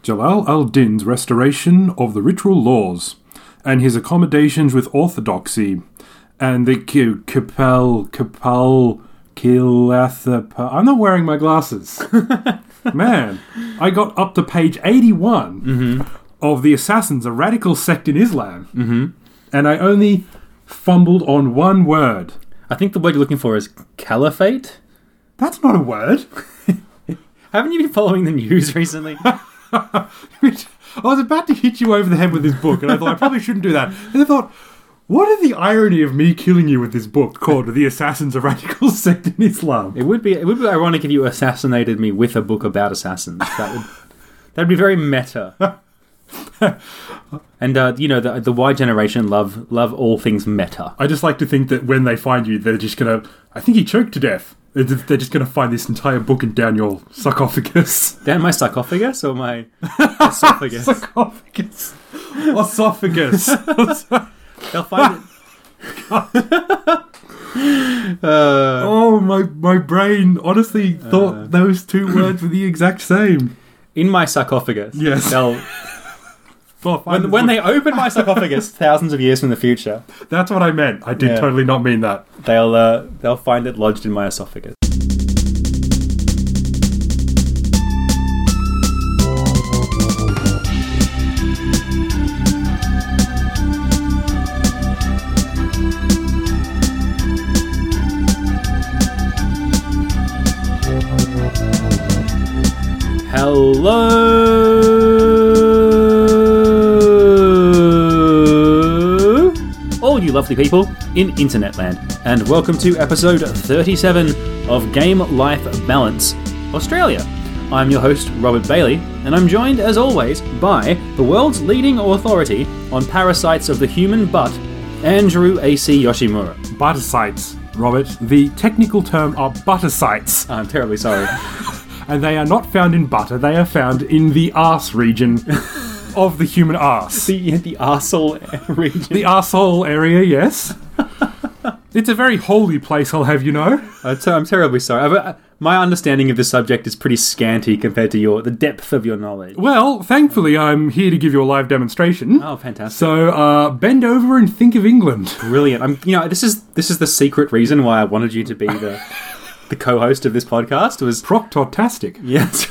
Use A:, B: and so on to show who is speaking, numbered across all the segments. A: Jalal al Din's restoration of the ritual laws and his accommodations with orthodoxy and the Ki- Kapal Kapal Kilathapa. I'm not wearing my glasses. Man, I got up to page 81 of The Assassins, a radical sect in Islam, mm-hmm. and I only fumbled on one word.
B: I think the word you're looking for is caliphate.
A: That's not a word.
B: Haven't you been following the news recently?
A: Which- I was about to hit you over the head with this book, and I thought I probably shouldn't do that. And I thought, what is the irony of me killing you with this book called The Assassins, a Radical Sect in Islam?
B: it would be it would be ironic if you assassinated me with a book about assassins. That would that'd be very meta. and uh, you know the the Y generation love love all things meta.
A: I just like to think that when they find you, they're just gonna. I think he choked to death. They're just they're just gonna find this entire book and down your sarcophagus.
B: Down my sarcophagus or my esophagus?
A: Sarcophagus. Osophagus.
B: They'll find it. uh,
A: oh my! My brain honestly thought those two words were the exact same.
B: in my sarcophagus.
A: Yes.
B: They'll,
A: Well,
B: when when they open my sarcophagus, thousands of years from the future,
A: that's what I meant. I did
B: Yeah.
A: totally not mean that.
B: they'll uh, they'll find it lodged in my esophagus. Hello, all you lovely people in internet land, and welcome to episode 37 of Game Life Balance Australia. I'm your host, Robert Bailey, and I'm joined, as always, by the world's leading authority on parasites of the human butt, Andrew A.C. Yoshimura.
A: Buttersites, Robert. The technical term are buttersites,
B: I'm terribly sorry.
A: and they are not found in butter. They are found in the arse region of the human arse.
B: the, the arsehole region.
A: The arsehole area, yes. it's a very holy place, I'll have you know.
B: I'm, ter- I'm terribly sorry. I've, uh, my understanding of this subject is pretty scanty compared to your the depth of your knowledge.
A: Well, thankfully, I'm here to give you a live demonstration.
B: Oh, fantastic!
A: So, uh, bend over and think of England.
B: Brilliant. I'm, you know, this is this is the secret reason why I wanted you to be the the co-host of this podcast was
A: Proctortastic.
B: yes.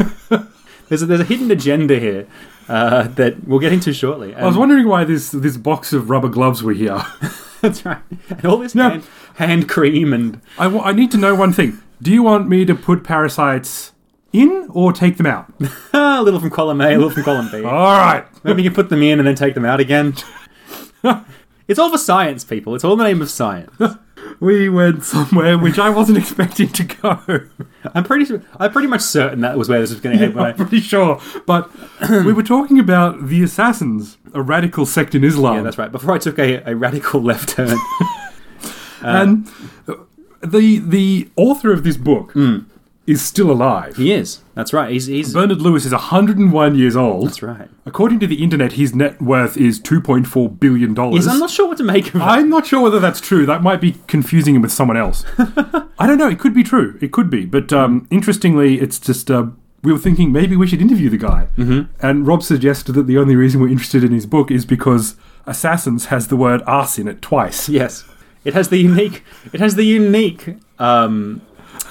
B: there's a, there's a hidden agenda here uh, that we'll get into shortly.
A: I was
B: And-
A: wondering why this, this box of rubber gloves were here.
B: that's right. And all this
A: No.
B: hand, hand cream and
A: I wa- I need to know one thing. Do you want me to put parasites in or take them out?
B: a little from column A, a little from column B.
A: All right.
B: Maybe you can put them in and then take them out again. it's all for science, people. It's all in the name of science.
A: We went somewhere which I wasn't expecting to go.
B: I'm pretty su- I'm pretty much certain that was where this was going to head.
A: I'm
B: When I,
A: pretty sure. But we were talking about the assassins, a radical sect in Islam.
B: yeah, that's right. Before I took a, a radical left turn.
A: and uh, the the author of this book is still alive.
B: Hmm. he is. That's right. He's he's.
A: Bernard Lewis is 101 years old.
B: that's right.
A: According to the internet, his net worth is 2.4 billion dollars.
B: Is, I'm not sure what to make of it.
A: I'm not sure whether that's true. That might be confusing him with someone else. I don't know. It could be true. It could be. But um, interestingly, it's just uh, we were thinking maybe we should interview the guy. Mm-hmm. And Rob suggested that the only reason we're interested in his book is because Assassins has the word arse in it twice.
B: Yes, it has the unique. It has the unique. Um,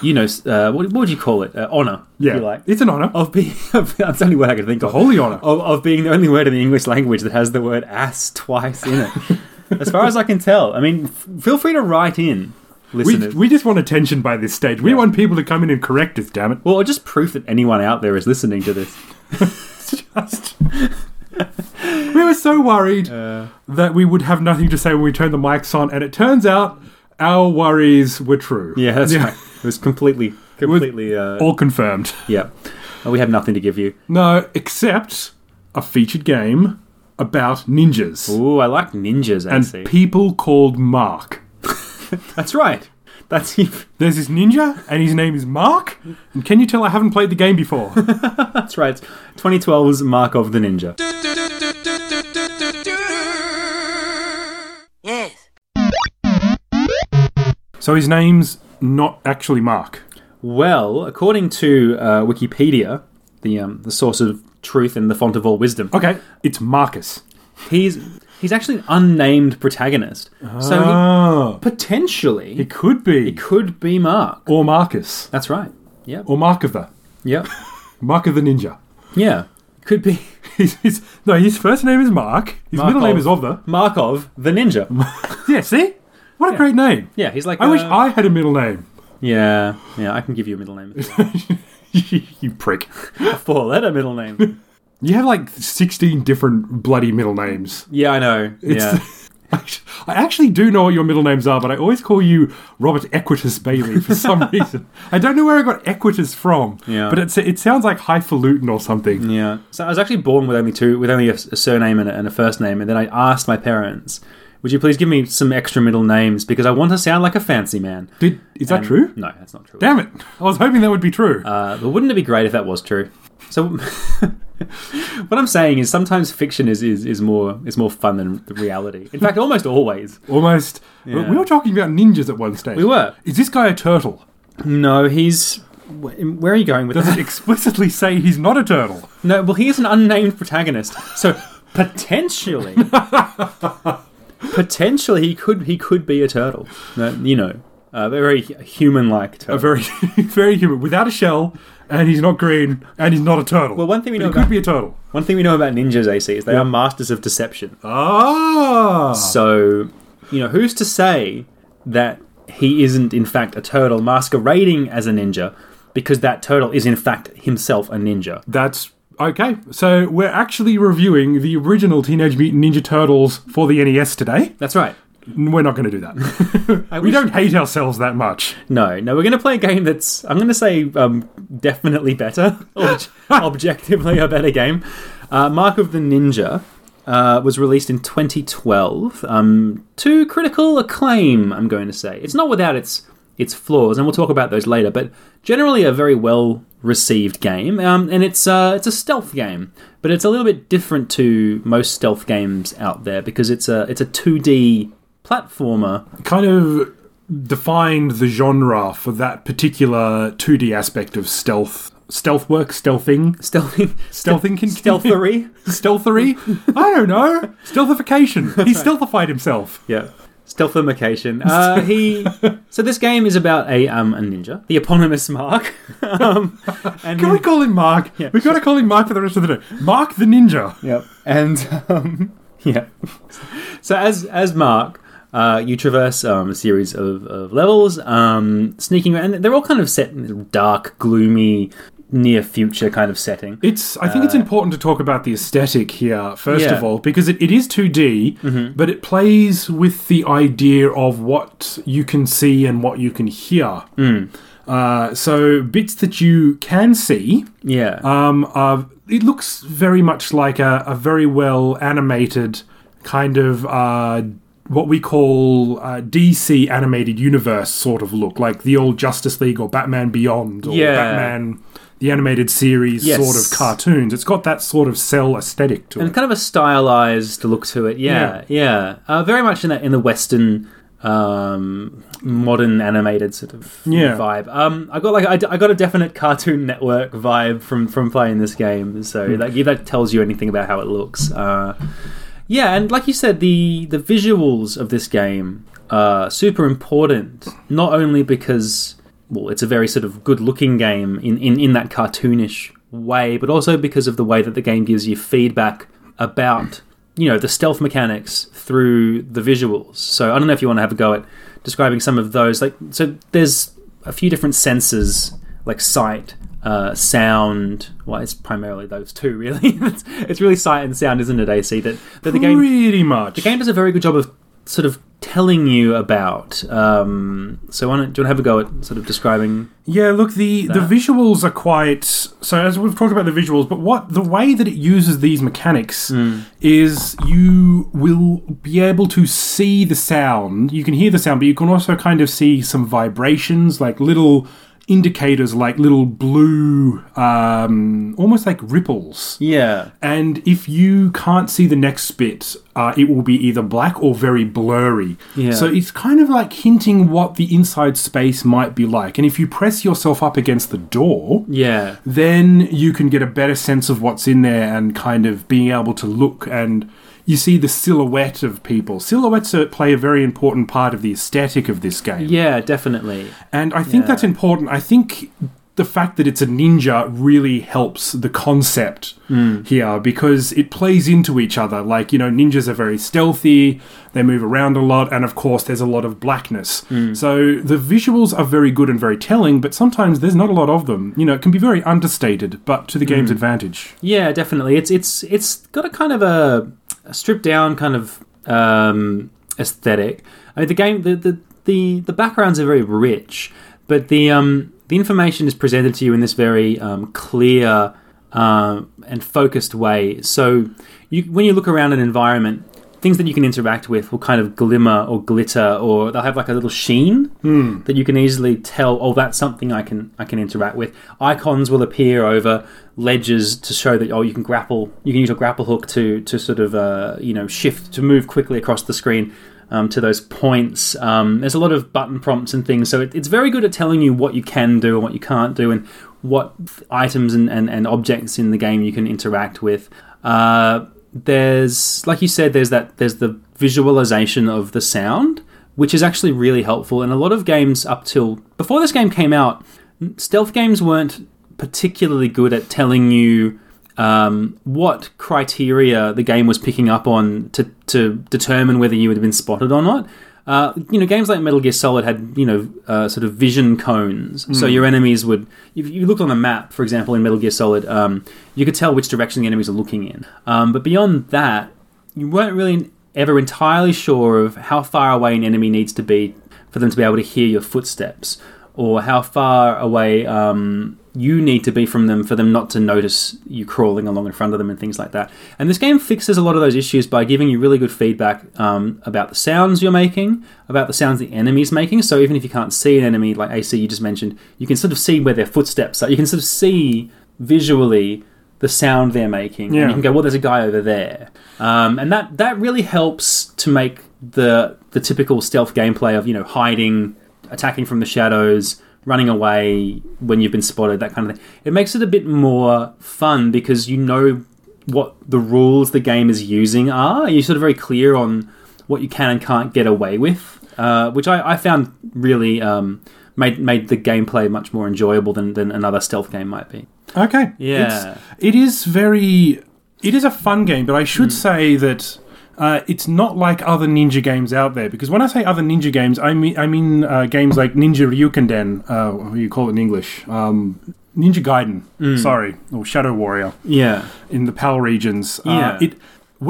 B: you know, s- uh, what, what would you call it? Uh, honor.
A: Yeah.
B: If you like
A: It's an honor.
B: of being. Of, that's the only word I could think of.
A: Holy honor.
B: Of, of being the only word in the English language that has the word ass twice in it. as far as I can tell. I mean, f- feel free to write in,
A: We,
B: listeners.
A: we just want attention by this stage. We want people to come in and correct us, damn it.
B: well, or just proof that anyone out there is listening to this.
A: Just- we were so worried that we would have nothing to say when we turned the mics on, and it turns out our worries were true.
B: Yeah, that's right. It was completely, completely. Uh,
A: All confirmed.
B: yeah, Uh, we have nothing to give you.
A: No, except a featured game about ninjas
B: Ooh, I like ninjas.
A: and
B: Actually,
A: people called Mark.
B: that's right. That's
A: There's this ninja, and his name is Mark. And can you tell I haven't played the game before?
B: That's right. 2012's Mark of the Ninja.
C: Yes.
A: so his name's not actually Mark.
B: Well, according to uh, Wikipedia, the um, the source of truth and the font of all wisdom.
A: Okay, it's Marcus.
B: He's he's actually an unnamed protagonist. So
A: Oh,
B: he, potentially
A: it could be.
B: it could be Mark.
A: Or Marcus.
B: That's right. Yep.
A: Or Mark of the.
B: Yep.
A: Mark of the Ninja.
B: Yeah. Could be
A: He's, he's, no, his first name is Mark. His
B: Mark
A: middle name
B: of-
A: is of the.
B: Markov the ninja.
A: Yeah, see? What a great name.
B: Yeah, he's like
A: I wish
B: uh,
A: I had a middle name.
B: Yeah. Yeah, I can give you a middle name. if you want.
A: you prick.
B: a four letter middle name.
A: You have like 16 different bloody middle names.
B: Yeah, I know.
A: It's,
B: yeah.
A: I actually do know what your middle names are, but I always call you Robert Equitus Bailey for some reason. I don't know where I got Equitus from,
B: Yeah. Mm.
A: but it's, it sounds like highfalutin or something.
B: Yeah. So I was actually born with only two, with only a, a surname and a, and a first name, and then I asked my parents, "Would you please give me some extra middle names because I want to sound like a fancy man?" Is
A: Did, is that true?
B: No, that's not true.
A: Damn it. I was hoping that would be true.
B: Uh, but wouldn't it be great if that was true? So, what I'm saying is sometimes fiction is, is, is more is more fun than the reality. In fact, almost always.
A: Almost. we-
B: yeah.
A: We were talking about ninjas at one stage.
B: We were.
A: Is this guy a turtle?
B: No, he's. wh- Where are you going with
A: Does
B: that?
A: it explicitly say he's not a turtle?
B: No, well, he's an unnamed protagonist, so potentially, potentially he could he could be a turtle. No, you know, a very human-like turtle.
A: A very, very human, without a shell, and he's not green, and he's not a turtle.
B: Well, one thing we
A: But
B: know
A: he could
B: about-
A: be a turtle.
B: One thing we know about ninjas, AC, is they are masters of deception.
A: Ah,
B: So, you know, who's to say that he isn't in fact a turtle masquerading as a ninja? Because that turtle is in fact himself a ninja.
A: that's okay. So we're actually reviewing the original Teenage Mutant Ninja Turtles for the NES today.
B: That's right.
A: We're not going to do that. we
B: wish-
A: don't hate ourselves that much.
B: No, no, we're going to play a game that's, I'm going to say, um, definitely better, ob- objectively a better game. Uh, Mark of the Ninja uh, was released in 2012 um, to critical acclaim, I'm going to say. It's not without its its flaws, and we'll talk about those later, but generally a very well received game. Um, and it's, uh, it's a stealth game, but it's a little bit different to most stealth games out there because it's a, it's a 2D platformer.
A: Kind of defined the genre for that particular 2D aspect of stealth, stealth work, stealthing,
B: Stealthy,
A: stealthing, can-
B: stealthery.
A: stealthery. I don't know. Stealthification. He stealthified himself.
B: Yeah. Stealthification. Uh, he. So this game is about a um a ninja, the eponymous Mark. um, and
A: Can we call him Mark? We've got to call him Mark for the rest of the day. Mark the Ninja.
B: Yep. And um, yeah. So as as Mark, uh, you traverse um, a series of, of levels, um, sneaking around. And they're all kind of set in a dark, gloomy, near future kind of setting.
A: It's. I think it's important to talk about the aesthetic here first
B: Yeah.
A: of all because it, it is 2D, but it plays with the idea of what you can see and what you can hear. Uh, so bits that you can see,
B: Yeah.
A: um, are, it looks very much like a, a very well animated kind of uh, what we call uh, DC animated universe sort of look, like the old Justice League or Batman Beyond or
B: Yeah.
A: Batman the animated series
B: Yes.
A: sort of cartoons. It's got that sort of cell aesthetic to
B: and
A: it.
B: kind of a stylized look to it. Yeah, yeah, Uh, very much in that in the Western, um, modern animated sort of
A: Yeah.
B: vibe. Um, I got like I, d- I got a definite Cartoon Network vibe from from playing this game. So
A: Hmm.
B: like if that tells you anything about how it looks. Uh, yeah, and like you said, the the visuals of this game are super important. Not only because well, it's a very sort of good looking game in, in, in that cartoonish way, but also because of the way that the game gives you feedback about you know the stealth mechanics through the visuals. So I don't know if you want to have a go at describing some of those. Like so, there's a few different senses like sight, uh, sound. Well, it's primarily those two, really. it's, it's really sight and sound, isn't it, AC? That, that the game
A: Pretty much.
B: the game does a very good job of sort of telling you about. Um, so, why don't, do you want to have a go at sort of describing?
A: Yeah, look the the visuals are quite so as we've talked about the visuals, but what the way that it uses these mechanics is you will be able to see the sound. You can hear the sound, but you can also kind of see some vibrations like little indicators like little blue, um, almost like ripples.
B: Yeah.
A: And if you can't see the next bit, uh, it will be either black or very blurry.
B: Yeah.
A: So it's kind of like hinting what the inside space might be like. And if you press yourself up against the door,
B: Yeah.
A: then you can get a better sense of what's in there and kind of being able to look and you see the silhouette of people. Silhouettes are, play a very important part of the aesthetic of this game.
B: Yeah, definitely.
A: And I think
B: Yeah.
A: that's important. I think the fact that it's a ninja really helps the concept
B: Hmm.
A: here because it plays into each other. Like, you know, ninjas are very stealthy, they move around a lot, and of course, there's a lot of blackness.
B: Hmm.
A: So the visuals are very good and very telling, but sometimes there's not a lot of them. You know, it can be very understated, but to the
B: Hmm.
A: game's advantage.
B: Yeah, definitely. It's it's it's got a kind of a, a stripped down kind of um, aesthetic. I mean, the game the, the the the backgrounds are very rich, but the um, the information is presented to you in this very um, clear um, and focused way. So you when you look around an environment. Things that you can interact with will kind of glimmer or glitter, or they'll have like a little sheen that you can easily tell. Oh, that's something I can I can interact with. Icons will appear over ledges to show that oh you can grapple you can use a grapple hook to to sort of uh, you know shift to move quickly across the screen um, to those points um, there's a lot of button prompts and things so it, it's very good at telling you what you can do and what you can't do and what items and, and, and objects in the game you can interact with uh, there's like you said there's that there's the visualization of the sound which is actually really helpful and a lot of games up till before this game came out stealth games weren't particularly good at telling you um, what criteria the game was picking up on to, to determine whether you had been spotted or not. Uh, you know, games like Metal Gear Solid had you know uh, sort of vision cones, so your enemies would. If you looked on a map, for example, in Metal Gear Solid, um, you could tell which direction the enemies are looking in. Um, but beyond that, you weren't really ever entirely sure of how far away an enemy needs to be for them to be able to hear your footsteps, or how far away um, you need to be from them for them not to notice you crawling along in front of them and things like that. And this game fixes a lot of those issues by giving you really good feedback um, about the sounds you're making, about the sounds the enemy's making. So even if you can't see an enemy, like AC you just mentioned, you can sort of see where their footsteps are. You can sort of see visually the sound they're making.
A: Yeah.
B: And you can go, well, there's a guy over there, um, and that that really helps to make the the typical stealth gameplay of you know hiding, attacking from the shadows, running away when you've been spotted, that kind of thing. It makes it a bit more fun because you know what the rules the game is using are. You're sort of very clear on what you can and can't get away with, uh, which I, I found really. Um, Made, made the gameplay much more enjoyable than, than another stealth game might be.
A: Okay.
B: Yeah.
A: It's, it is very. It is a fun game, but I should say that uh, it's not like other ninja games out there. Because when I say other ninja games, I mean I mean uh, games like Ninja Ryukenden, uh, what do you call it in English? Um, ninja Gaiden, sorry, or Shadow Warrior
B: Yeah.
A: in the PAL regions.
B: Yeah.
A: Uh, it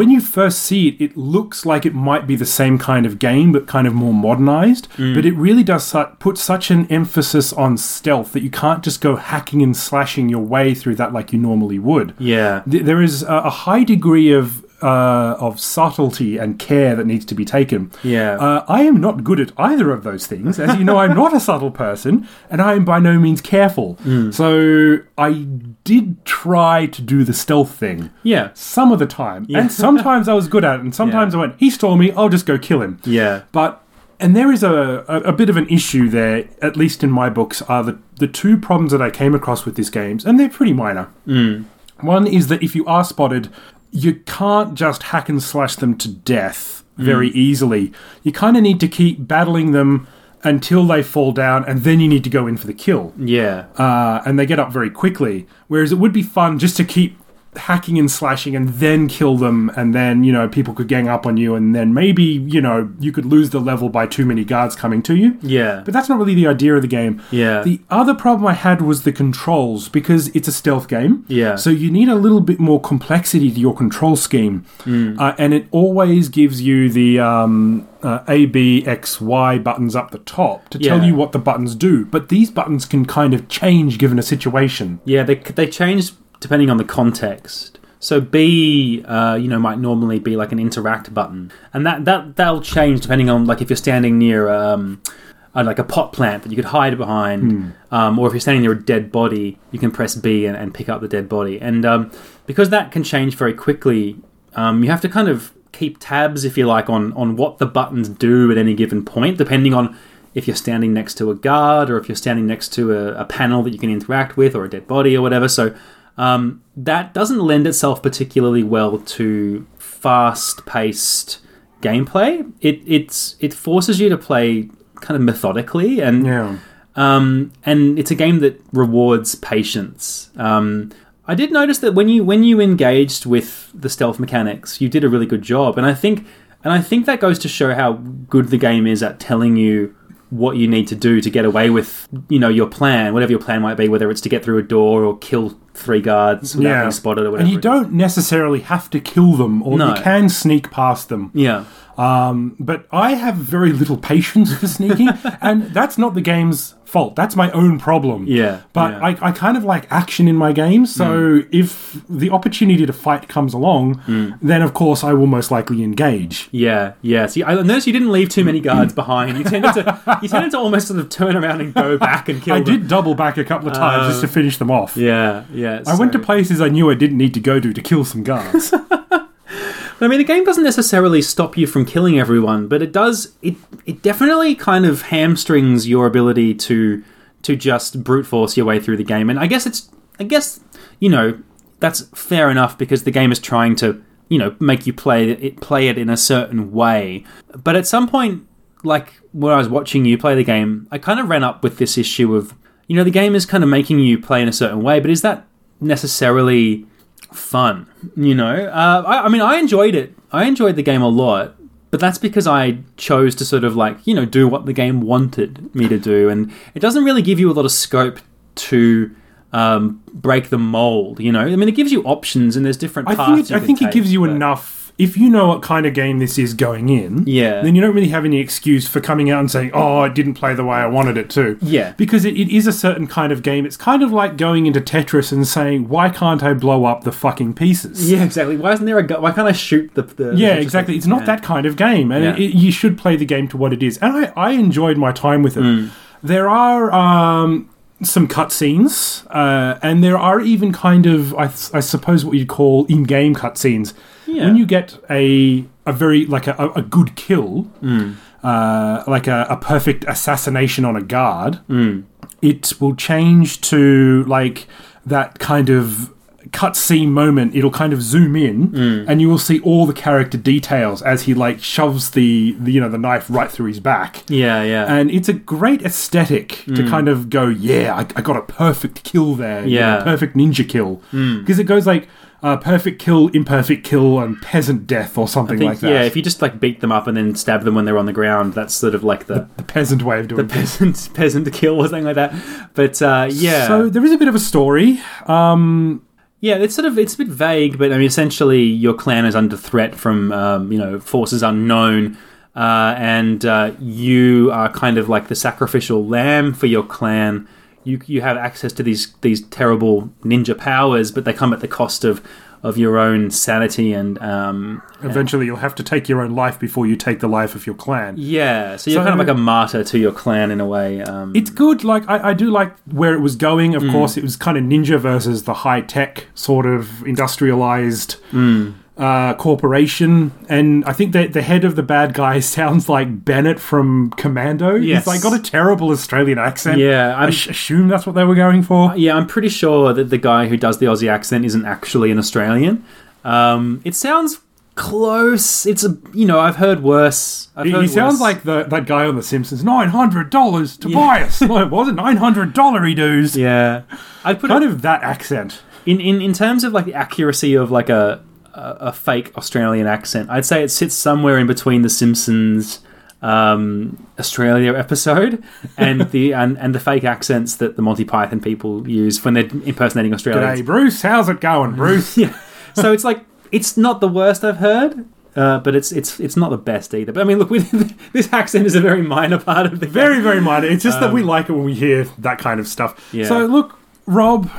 A: when you first see it, it looks like it might be the same kind of game, but kind of more modernized. But it really does su- put such an emphasis on stealth that you can't just go hacking and slashing your way through that like you normally would.
B: Yeah.
A: Th- there is a, a high degree of uh, of subtlety and care that needs to be taken.
B: Yeah.
A: Uh, I am not good at either of those things. As you know, I'm not a subtle person, and I am by no means careful. So I did try to do the stealth thing
B: yeah.
A: some of the time, and sometimes I was good at it, and sometimes I went, "He stole me. I'll just go kill him."
B: Yeah.
A: But and there is a, a, a bit of an issue there, at least in my books, are the, the two problems that I came across with these games, and they're pretty minor. One is that if you are spotted, you can't just hack and slash them to death very easily. You kind of need to keep battling them until they fall down, and then you need to go in for the kill
B: Yeah.
A: uh, and they get up very quickly. Whereas it would be fun just to keep hacking and slashing and then kill them, and then you know people could gang up on you, and then maybe you know you could lose the level by too many guards coming to you.
B: Yeah.
A: But that's not really the idea of the game.
B: Yeah.
A: The other problem I had was the controls because it's a stealth game.
B: Yeah.
A: So you need a little bit more complexity to your control scheme,
B: Hmm.
A: uh, and it always gives you the um, uh, A, B, X, Y buttons up the top to tell
B: Yeah.
A: you what the buttons do. But these buttons can kind of change given a situation.
B: yeah. They they change depending on the context. So B, uh, you know, might normally be like an interact button, and that that that'll change depending on like if you're standing near um, uh, like a pot plant that you could hide behind, um, or if you're standing near a dead body, you can press B and, and pick up the dead body. And um, because that can change very quickly, um, you have to kind of keep tabs, if you like, on on what the buttons do at any given point, depending on if you're standing next to a guard or if you're standing next to a, a panel that you can interact with or a dead body or whatever. So um, that doesn't lend itself particularly well to fast-paced gameplay. It it's it forces you to play kind of methodically and
A: Yeah.
B: um, and it's a game that rewards patience. Um, I did notice that when you when you engaged with the stealth mechanics, you did a really good job, and I think and I think that goes to show how good the game is at telling you what you need to do to get away with you know your plan, whatever your plan might be, whether it's to get through a door or kill three guards without being spotted or whatever.
A: And you don't necessarily have to kill them, or
B: No.
A: you can sneak past them.
B: yeah.
A: Um, but I have very little patience for sneaking, and that's not the game's fault. That's my own problem.
B: Yeah,
A: But
B: yeah. Hmm.
A: I, I kind of like action in my games, so if the opportunity to fight comes along, then of course I will most likely engage.
B: Yeah, yeah. See, I noticed you didn't leave too many guards behind. You tended to, you tended to almost sort of turn around and go back and kill
A: I
B: them.
A: did double back a couple of times just to finish them off.
B: Uh, Yeah, yeah.
A: I went to
B: so-
A: places I knew I didn't need to go to to kill some guards.
B: I mean, the game doesn't necessarily stop you from killing everyone, but it does. It it definitely kind of hamstrings your ability to to just brute force your way through the game. And I guess it's I guess you know that's fair enough because the game is trying to you know make you play it play it in a certain way. But at some point, like when I was watching you play the game, I kind of ran up with this issue of you know the game is kind of making you play in a certain way, but is that necessarily fun. You know, uh, I, I mean, I enjoyed it. I enjoyed the game a lot, but that's because I chose to sort of like you know do what the game wanted me to do, and it doesn't really give you a lot of scope to um, break the mold. You know, I mean, it gives you options, and there's different.
A: I
B: paths
A: think it,
B: you
A: I
B: can
A: think it
B: take,
A: gives you
B: but-
A: enough. If you know what kind of game this is going in,
B: Yeah.
A: then you don't really have any excuse for coming out and saying, "Oh, it didn't play the way I wanted it to."
B: Yeah.
A: because it, it is a certain kind of game. It's kind of like going into Tetris and saying, "Why can't I blow up the fucking pieces?"
B: Yeah, exactly. Why isn't there a? Gu- why can't I shoot the? the
A: Yeah, exactly. It's not
B: Yeah.
A: that kind of game, and
B: Yeah.
A: it, it- you should play the game to what it is. And I, I enjoyed my time with it.
B: Hmm.
A: There are um, some cutscenes, uh, and there are even kind of, I, s- I suppose, what you'd call in-game cutscenes.
B: Yeah.
A: When you get a a very like a, a- a good kill, uh, like a, a perfect assassination on a guard, it will change to like that kind of cutscene moment. It'll kind of zoom in, and you will see all the character details as he like shoves the, the you know the knife right through his back.
B: Yeah, yeah.
A: And it's a great aesthetic to
B: Hmm.
A: kind of go, yeah, I, I got a perfect kill there. you
B: Yeah. Hmm.
A: know, perfect ninja kill. Because it goes like uh, perfect kill, imperfect kill, and peasant death or something
B: I think,
A: like that.
B: yeah, if you just like beat them up and then stab them when they're on the ground, that's sort of like the
A: the peasant way of doing it.
B: peasant peasant to kill or something like that. But uh, yeah,
A: So there is a bit of a story. Um,
B: yeah, it's sort of it's a bit vague, but I mean, essentially, your clan is under threat from um, you know forces unknown, uh, and uh, you are kind of like the sacrificial lamb for your clan. You you have access to these these terrible ninja powers, but they come at the cost of of your own sanity and um,
A: eventually, you'll have to take your own life before you take the life of your clan.
B: yeah, so you're
A: So-
B: kind of like a martyr to your clan in a way. Um,
A: It's good. Like I, I do like where it was going.
B: Mm.
A: Of course, it was kind of ninja versus the high tech sort of industrialized
B: Mm.
A: uh, corporation, and I think that the head of the bad guy sounds like Bennett from Commando.
B: Yes.
A: He's like got a terrible Australian accent.
B: yeah,
A: I
B: I'm,
A: sh- assume that's what they were going for.
B: Yeah, I'm pretty sure that the guy who does the Aussie accent isn't actually an Australian. Um, it sounds close. It's a you know I've heard worse. I've
A: He,
B: heard
A: he sounds
B: worse.
A: like the, that guy on The Simpsons. Nine hundred dollars, Tobias. no, it wasn't nine hundred dollary dues.
B: yeah. I'd put
A: Kind
B: it
A: of that accent.
B: in, in in terms of like the accuracy of like a a, a fake Australian accent. I'd say it sits somewhere in between the Simpsons um australia episode and the and, and the fake accents that the monty python people use when they're impersonating australians
A: G'day, Bruce. How's it going, Bruce?
B: yeah. So it's like it's not the worst I've heard, uh, but it's it's it's not the best either. But I mean, look, we, this accent is a very minor part of the game.
A: very
B: Um,
A: very minor it's just that we like it when we hear that kind of stuff
B: Yeah.
A: so look rob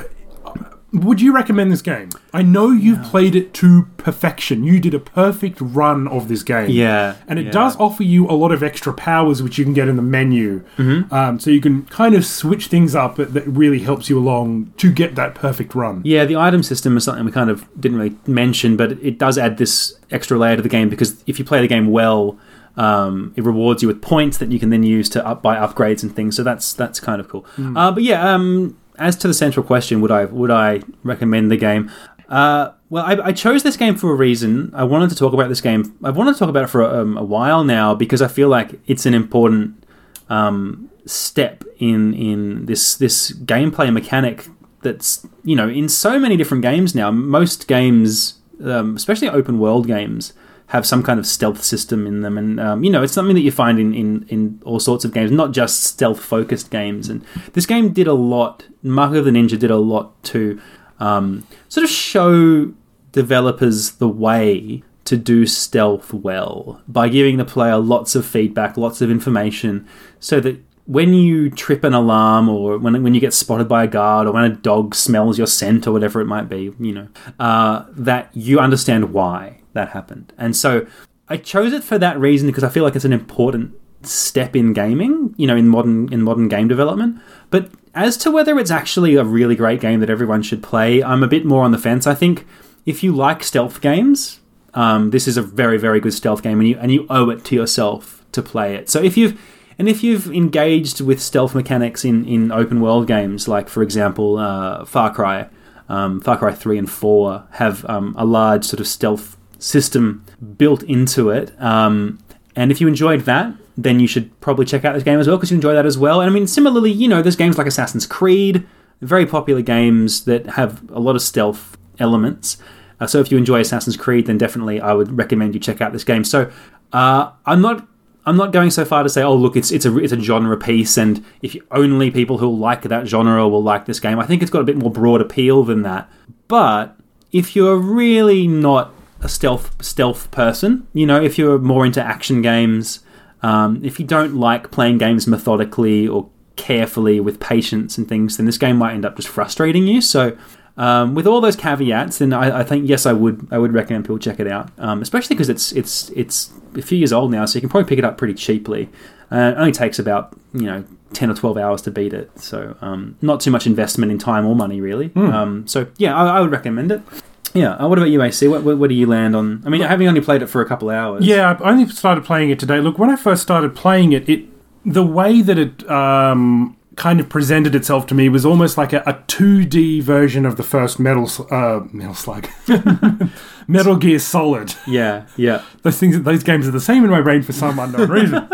A: Would you recommend this game? I know you've played it to perfection. You did a perfect run of this game.
B: Yeah,
A: And it
B: yeah.
A: does offer you a lot of extra powers, which you can get in the menu.
B: Mm-hmm.
A: Um, so you can kind of switch things up that that really helps you along to get that perfect run.
B: Yeah, the item system is something we kind of didn't really mention, but it does add this extra layer to the game because if you play the game well, um, it rewards you with points that you can then use to up, buy upgrades and things. So that's that's kind of cool. Uh, but yeah, um, as to the central question, would I would I recommend the game? Uh, well, I, I chose this game for a reason. I wanted to talk about this game. I've wanted to talk about it for um, a while now because I feel like it's an important um, step in in this this gameplay mechanic that's you know in so many different games now. Most games, um, especially open world games, have some kind of stealth system in them, and um, you know it's something that you find in, in in all sorts of games, not just stealth focused games. And this game did a lot. Mark of the Ninja did a lot to um, sort of show developers the way to do stealth well by giving the player lots of feedback, lots of information, so that when you trip an alarm or when, when you get spotted by a guard or when a dog smells your scent or whatever it might be, you know, uh, that you understand why that happened. And so I chose it for that reason because I feel like it's an important step in gaming, you know, in modern in modern game development. But as to whether it's actually a really great game that everyone should play, I'm a bit more on the fence. I think if you like stealth games, um, this is a very very good stealth game, and you and you owe it to yourself to play it. So if you've and if you've engaged with stealth mechanics in, in open world games, like for example uh, Far Cry, um, Far Cry 3 and 4 have um, a large sort of stealth system built into it. Um, and if you enjoyed that, then you should probably check out this game as well because you enjoy that as well. And I mean, similarly, you know, there's games like Assassin's Creed, very popular games that have a lot of stealth elements. Uh, so if you enjoy Assassin's Creed, then definitely I would recommend you check out this game. So uh, I'm not I'm not going so far to say, oh look, it's it's a it's a genre piece, and if you, only people who like that genre will like this game. I think it's got a bit more broad appeal than that. But if you're really not a stealth stealth person, you know, if you're more into action games, um, if you don't like playing games methodically or carefully with patience and things, then this game might end up just frustrating you. So, um, with all those caveats, then I, I think yes, I would I would recommend people check it out, um, especially because it's it's it's a few years old now, so you can probably pick it up pretty cheaply. Uh, it only takes about you know ten or twelve hours to beat it, so um, not too much investment in time or money really. Um, so yeah, I, I would recommend it. Yeah, uh, what about you, AC? What, what, what do you land on? I mean, having only played it for a couple hours,
A: Yeah, I only started playing it today. Look, when I first started playing it, it the way that it um, kind of presented itself to me was almost like a, a 2D version of the first Metal Sl- uh, Metal Slug, Metal Gear Solid.
B: yeah, yeah.
A: Those things, those games are the same in my brain for some unknown reason.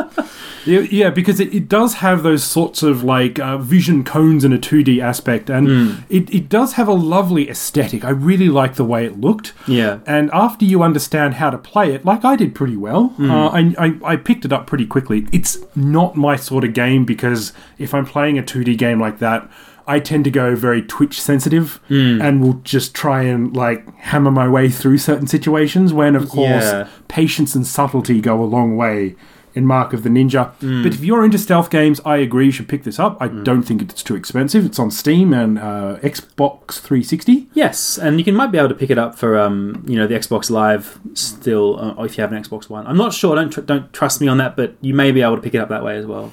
A: yeah, yeah, because it, it does have those sorts of like uh, vision cones in a 2D aspect, and it, it does have a lovely aesthetic. I really like the way it looked.
B: Yeah.
A: And after you understand how to play it, like I did pretty well, uh, I, I, I picked it up pretty quickly. It's not my sort of game because if I'm playing a 2D game like that, I tend to go very twitch sensitive and will just try and like hammer my way through certain situations when, of course,
B: Yeah.
A: patience and subtlety go a long way in Mark of the Ninja. But if you're into stealth games, I agree you should pick this up. I don't think it's too expensive. It's on Steam and uh, Xbox 360.
B: Yes, and you can might be able to pick it up for um, you know the Xbox Live still uh, if you have an Xbox One. I'm not sure. Don't tr- don't trust me on that, but you may be able to pick it up that way as well.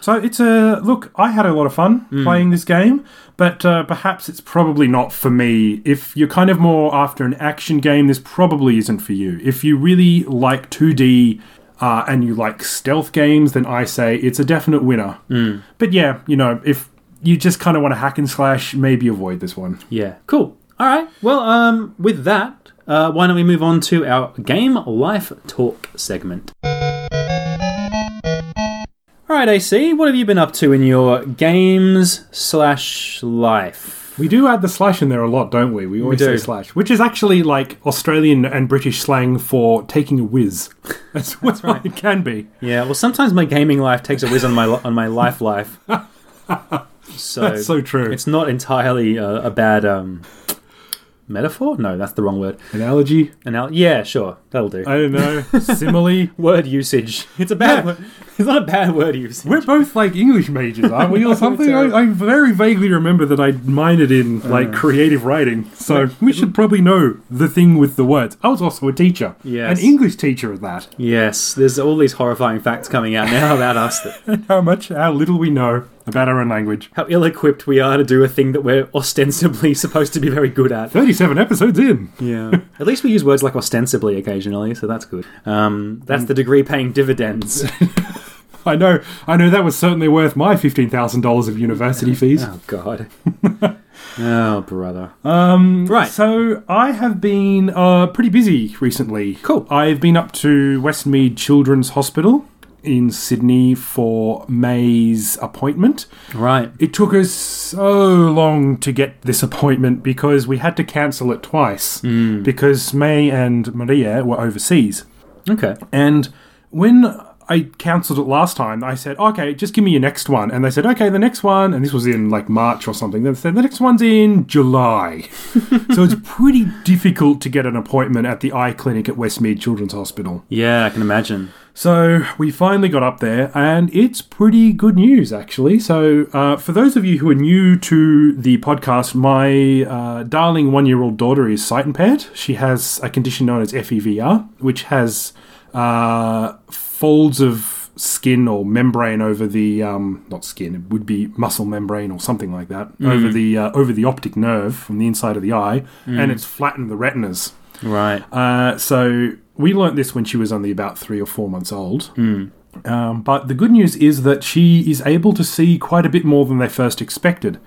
A: So it's a look. I had a lot of fun playing this game, but uh, perhaps it's probably not for me. If you're kind of more after an action game, this probably isn't for you. If you really like 2D uh, and you like stealth games, then I say it's a definite winner. But yeah, you know, if you just kind of want to hack and slash, maybe avoid this one.
B: Yeah, cool. All right. Well, um, with that, uh, why don't we move on to our game life talk segment? All right, AC. What have you been up to in your games slash life?
A: We do add the slash in there a lot, don't we? We always
B: We
A: say
B: do.
A: slash, which is actually like Australian and British slang for taking a whiz. That's, what it can be.
B: Yeah. Well, sometimes my gaming life takes a whiz on my li- on my life life. So
A: That's so true.
B: It's not entirely uh, a bad um, metaphor. No, that's the wrong word.
A: Analogy?
B: Anal- yeah, sure, that'll do.
A: I don't know. Simile?
B: word usage. It's a bad word. It's not a bad word used.
A: We're both like English majors, aren't we, or
B: we're
A: something?
B: terrible.
A: I, I very vaguely remember that I minored in like creative writing, so we should probably know the thing with the words. I was also a teacher,
B: Yes.
A: an English teacher at that.
B: Yes, there's all these horrifying facts coming out now about us, that,
A: How much, how little we know about our own language.
B: how ill-equipped we are to do a thing that we're ostensibly supposed to be very good at.
A: Thirty-seven episodes in.
B: Yeah. At least we use words like ostensibly occasionally, so that's good. Um, that's the degree paying dividends.
A: I know, I know that was certainly worth my fifteen thousand dollars of university fees.
B: oh God. oh brother.
A: Um,
B: Right.
A: So I have been uh, pretty busy recently.
B: Cool.
A: I've been up to Westmead Children's Hospital in Sydney for May's appointment.
B: Right.
A: It took us so long to get this appointment because we had to cancel it twice because May and Maria were overseas.
B: Okay.
A: And when I cancelled it last time, I said, okay, just give me your next one. And they said, okay, the next one, and this was in like March or something, they said, the next one's in July. so it's pretty difficult to get an appointment at the eye clinic at Westmead Children's Hospital.
B: Yeah, I can imagine.
A: So we finally got up there, and it's pretty good news, actually. So, uh, for those of you who are new to the podcast, my uh, darling one year old daughter is sight impaired. She has a condition known as FEVR, which has uh, folds of skin or membrane over the um, not skin it would be muscle membrane or something like that over the uh, over the optic nerve from the inside of the eye and it's flattened the retinas
B: Right.
A: uh, so we learnt this when she was only about three or four months old. Um, but the good news is that she is able to see quite a bit more than they first expected,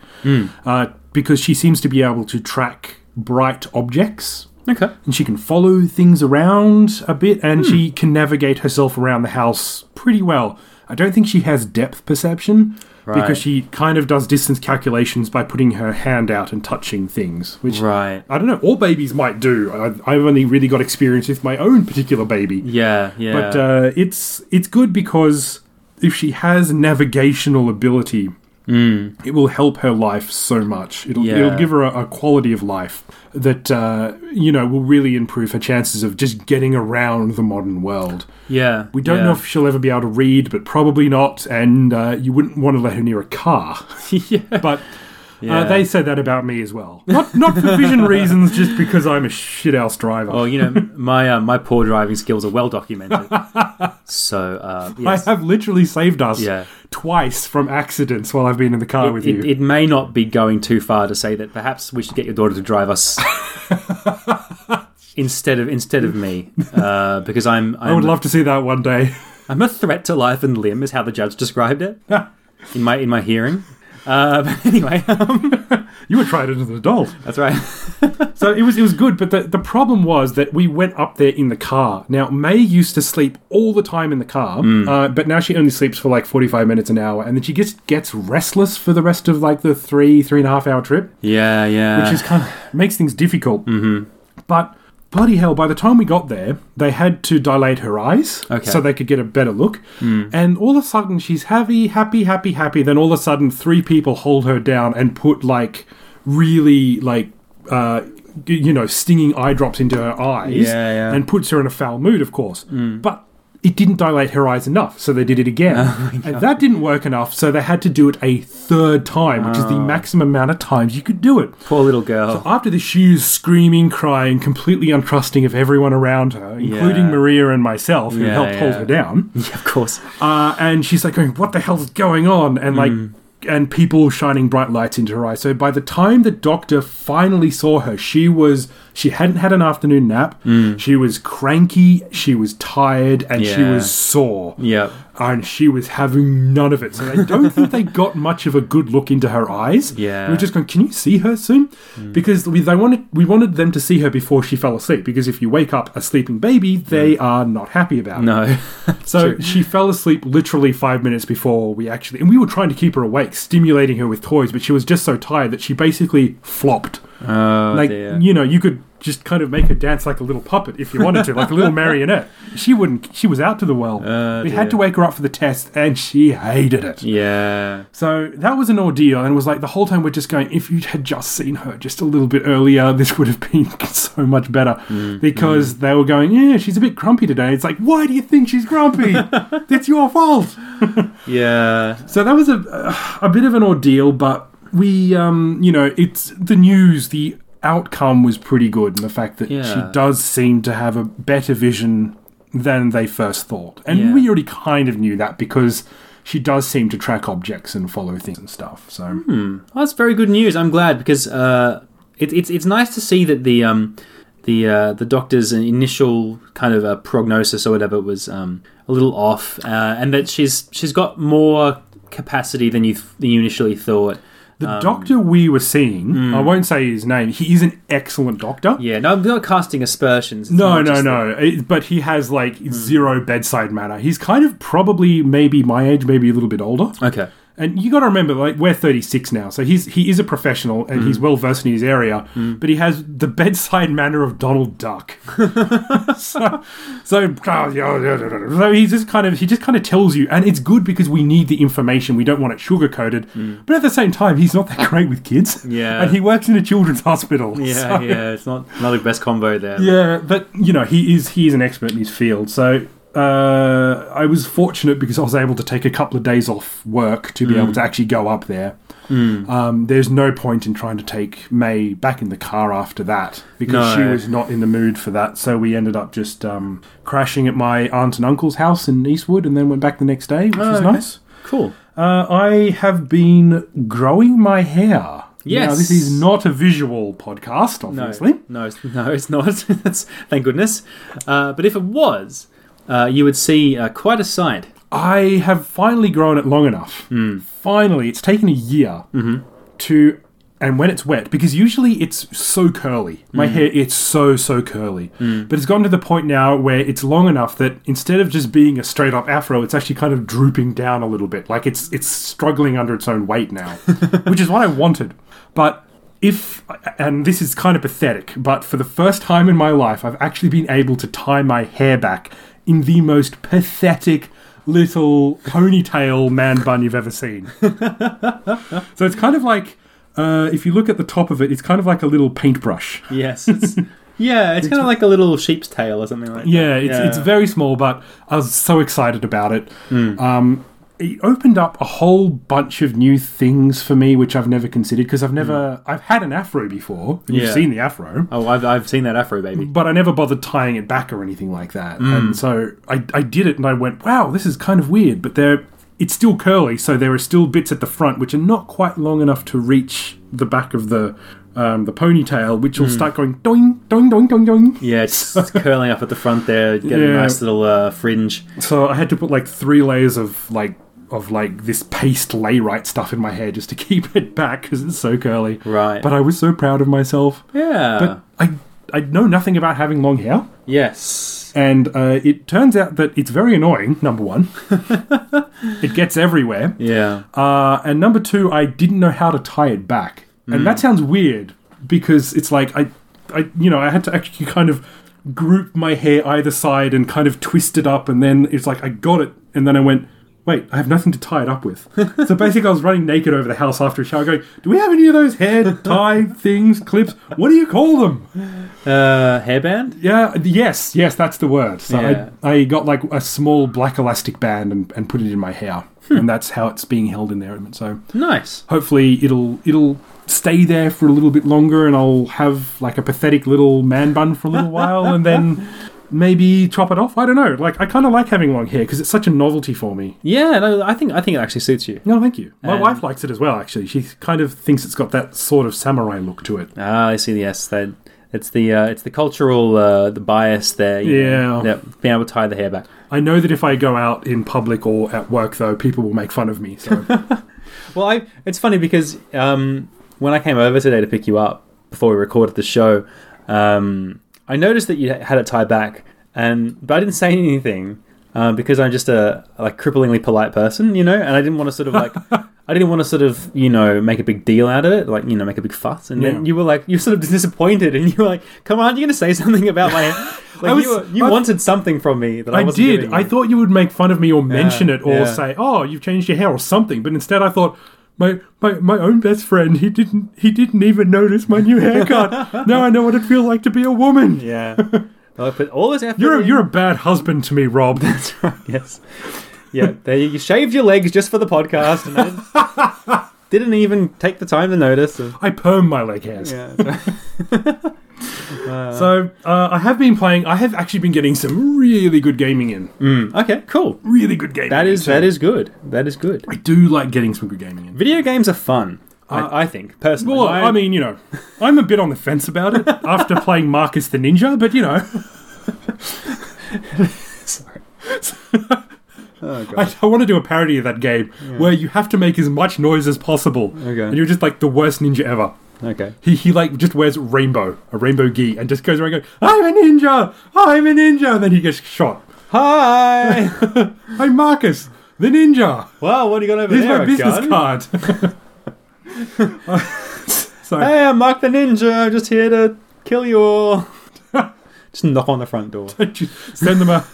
A: uh, because she seems to be able to track bright objects.
B: Okay.
A: And she can follow things around a bit, and she can navigate herself around the house pretty well. I don't think she has depth perception
B: Right.
A: because she kind of does distance calculations by putting her hand out and touching things, which
B: Right.
A: I don't know. All babies might do. I, I've only really got experience with my own particular baby,
B: Yeah. Yeah.
A: but uh, it's it's good because if she has navigational ability, it will help her life so much. It'll,
B: Mm. Yeah.
A: it'll give her a, a quality of life that uh, you know will really improve her chances of just getting around the modern world.
B: yeah.
A: We don't
B: yeah.
A: know if she'll ever be able to read, but probably not. And uh, you wouldn't want to let her near a car.
B: yeah.
A: But
B: Yeah.
A: uh, they said that about me as well. Not not for vision reasons, just because I'm a shit house driver.
B: Well, you know, my uh, my poor driving skills are well documented. so uh, yes.
A: I have literally saved us
B: Yeah.
A: twice from accidents while I've been in the car with you.
B: It, it may not be going too far to say that perhaps we should get your daughter to drive us instead of instead of me, uh, because I'm I'm,
A: I would love to see that one day.
B: am a threat to life and limb, is how the judge described it in my in my hearing. Uh, but anyway,
A: you were tried it as an adult,
B: that's right.
A: so it was it was good. But the the problem was that we went up there in the car. Now May used to sleep all the time in the car, uh, but now she only sleeps for like forty five minutes an hour, and then she just gets restless for the rest of like the three three and a half hour trip.
B: Yeah, yeah.
A: which is kind of makes things difficult. Mm-hmm. But bloody hell, by the time we got there, they had to dilate her eyes
B: Okay. Mm.
A: so they could get a better look. And all of a sudden, she's happy, happy, happy, happy. Then all of a sudden, three people hold her down and put like really like. Uh, y- you know, stinging eye drops into her eyes
B: Yeah, yeah. Mm.
A: and puts her in a foul mood, of course. But it didn't dilate her eyes enough, so they did it again.
B: Oh
A: and that didn't work enough, so they had to do it a third time, which is the
B: Ah.
A: maximum amount of times you could do it.
B: poor little girl.
A: After this, she is screaming, crying, completely untrusting of everyone around her, including
B: Yeah.
A: Maria and myself, who
B: Yeah,
A: helped hold
B: yeah.
A: her down.
B: yeah, of course.
A: Uh, and she's like going, "What the hell's going on?" And like,
B: Mm.
A: and people shining bright lights into her eyes. So by the time the doctor finally saw her, she was she hadn't had an afternoon nap. She was cranky. She was tired, and she
B: Mm. Yeah.
A: was sore.
B: Yeah.
A: And she was having none of it. So I don't think they got much of a good look into her eyes.
B: Yeah. Hmm.
A: We were just going, can you see her soon? Because we, they wanted, we wanted them to see her before she fell asleep. Because if you wake up a sleeping baby, they are not happy about it.
B: Hmm. No.
A: So she fell asleep literally five minutes before we actually. And we were trying to keep her awake, stimulating her with toys, but she was just so tired that she basically flopped.
B: Oh,
A: like,
B: dear.
A: you know, you could just kind of make her dance like a little puppet if you wanted to, like a little marionette. She wouldn't. She was out to the well.
B: Oh,
A: we
B: dear.
A: had to wake her up for the test, and she hated it.
B: Yeah.
A: So that was an ordeal, and it was like the whole time we're just going, if you had just seen her just a little bit earlier, this would have been so much better.
B: Mm,
A: because they were going, yeah, she's a bit grumpy today. It's like, why do you think she's grumpy? That's your fault.
B: Yeah.
A: So that was a a bit of an ordeal, but we, um, you know, it's the news. The outcome was pretty good, and the fact that she
B: Yeah.
A: does seem to have a better vision than they first thought, and
B: Yeah.
A: we already kind of knew that because she does seem to track objects and follow things and stuff. So
B: Well, that's very good news. I'm glad because uh, it, it's it's nice to see that the um, the uh, the doctor's initial kind of uh prognosis or whatever was um, a little off, uh, and that she's she's got more capacity than you th- than you initially thought.
A: the
B: Um,
A: doctor we were seeing,
B: hmm.
A: I won't say his name. He is an excellent doctor.
B: Yeah, no, I'm not casting aspersions. It's
A: No,
B: not
A: no,
B: just Hmm.
A: no. It- but he has like zero bedside manner. He's kind of probably maybe my age, maybe a little bit older.
B: that- Okay.
A: And you got to remember, like we're 36 now, so he's he is a professional and
B: Mm.
A: he's well versed in his area, but he has the bedside manner of Donald Duck. so, so, so he just kind of he just kind of tells you, and it's good because we need the information. We don't want it sugar coated, but at the same time, he's not that great with kids.
B: Mm. Yeah.
A: and he works in a children's hospital.
B: Yeah,
A: so-
B: yeah. It's not another best combo there.
A: yeah, but you know, he is he is an expert in his field. So uh, I was fortunate because I was able to take a couple of days off work to be
B: Hmm.
A: able to actually go up there. Um, there's no point in trying to take May back in the car after that because
B: No.
A: she was not in the mood for that. So we ended up just um, crashing at my aunt and uncle's house in Eastwood, and then went back the next day, which
B: Oh,
A: was
B: okay.
A: nice.
B: Cool.
A: Uh, I have been growing my hair. Now,
B: Yes.
A: this is not a visual podcast,
B: No,
A: obviously.
B: no, it's- no, it's not. That's, thank goodness. Uh, but if it was, uh, you would see uh, quite a sight.
A: I have finally grown it long enough. Finally, it's taken a year to, and when it's wet, because usually it's so curly. My hair, it's so so curly, but it's gotten to the point now where it's long enough that instead of just being a straight up afro, it's actually kind of drooping down a little bit. Like it's it's struggling under its own weight now, which is what I wanted. But if and this is kind of pathetic, but for the first time in my life, I've actually been able to tie my hair back in the most pathetic little ponytail man bun you've ever seen. so it's kind of like uh, if you look at the top of it, it's kind of like a little paintbrush.
B: Yes. It's, yeah, it's kind of like a little sheep's tail or something like
A: Yeah,
B: that.
A: it's it's very small, but I was so excited about it. Um, it opened up a whole bunch of new things for me, which I've never considered because I've never I've had an afro before. and
B: Yeah.
A: You've seen the afro.
B: Oh, I've, I've seen that afro baby.
A: but I never bothered tying it back or anything like that. And so I, I did it and I went, wow, this is kind of weird, but there it's still curly, so there are still bits at the front which are not quite long enough to reach the back of the um, the ponytail, which will start going doing, doing, doing, doing, doing.
B: Yeah, it's, it's curling up at the front there, getting
A: Yeah.
B: a nice little uh, fringe.
A: So I had to put like three layers of like of like this paste layrite stuff in my hair just to keep it back because it's so curly.
B: Right.
A: But I was so proud of myself.
B: yeah.
A: But I I know nothing about having long hair.
B: yes.
A: And uh, it turns out that it's very annoying, number one. it gets everywhere.
B: Yeah.
A: Uh, and number two, I didn't know how to tie it back. And that sounds weird because it's like I, I, you know, I had to actually kind of group my hair either side and kind of twist it up. And then it's like I got it. And then I went, wait, I have nothing to tie it up with. so basically, I was running naked over the house after a shower going, do we have any of those hair tie things, clips? What do you call them?
B: Uh, hairband?
A: Yeah, yes, yes, that's the word. So
B: Yeah.
A: I, I got like a small black elastic band and, and put it in my hair,
B: Hmm.
A: and that's how it's being held in there. at the moment. So
B: Nice.
A: hopefully it'll it'll stay there for a little bit longer, and I'll have like a pathetic little man bun for a little while, and then maybe chop it off. I don't know. Like I kind of like having long hair because it's such a novelty for me.
B: Yeah, no, I think I think it actually suits you.
A: No, thank you. My
B: And-
A: wife likes it as well. Actually, she kind of thinks it's got that sort of samurai look to it.
B: Ah, I see. Yes, that it's the uh, it's the cultural uh, the bias there. you know,
A: Yeah.
B: that being able to tie the hair back.
A: I know that if I go out in public or at work, though, people will make fun of me. So.
B: Well, I, it's funny because um, when I came over today to pick you up before we recorded the show, um, I noticed that you had it tied back, and but I didn't say uh, anything um, because I'm just a like cripplingly polite person, you know, and I didn't want to sort of like. I didn't want to sort of, you know, make a big deal out of it, like, you know, make a big fuss. And then
A: Yeah.
B: you were like, you were sort of disappointed, and you were like, come on, you're going to say something about my. Like,
A: I was-
B: you, were, you
A: I-
B: wanted something from me that I,
A: I
B: wasn't
A: did.
B: giving
A: I
B: you.
A: thought you would make fun of me or mention it or
B: yeah.
A: say, "Oh, you've changed your hair" or something. But instead, I thought my my my own best friend. He didn't. He didn't even notice my new haircut. now I know what it feels like to be a woman.
B: Yeah. I put all this effort.
A: You're a,
B: in.
A: you're a bad husband to me, Rob.
B: yes. Yeah, there you, you shaved your legs just for the podcast, and I didn't even take the time to notice. and-
A: I perm my leg hairs.
B: yeah, so- Um,
A: So uh, I have been playing. I have actually been getting some really good gaming in.
B: okay, cool.
A: Really good gaming.
B: That is
A: in, too.
B: that is good. That is good.
A: I do like getting some good gaming in.
B: Video games are fun. I, I think personally.
A: Uh, Well,
B: My-
A: I mean, you know, I'm a bit on the fence about it after playing Marcus the Ninja, but you know,
B: sorry. Oh,
A: I, I want to do a parody of that game where you have to make as much noise as possible,
B: Okay.
A: and you're just like the worst ninja ever.
B: Okay.
A: He, he like just wears rainbow, a rainbow gi, and just goes around going, "I'm a ninja, I'm a ninja," and then he gets shot.
B: Hi.
A: I'm Marcus the Ninja.
B: wow, what do you got over
A: Here's
B: there?
A: my
B: a
A: business
B: gun?
A: card. so
B: Hey, I'm Mark the Ninja. I'm just here to kill you all. just knock on the front door.
A: just send them a.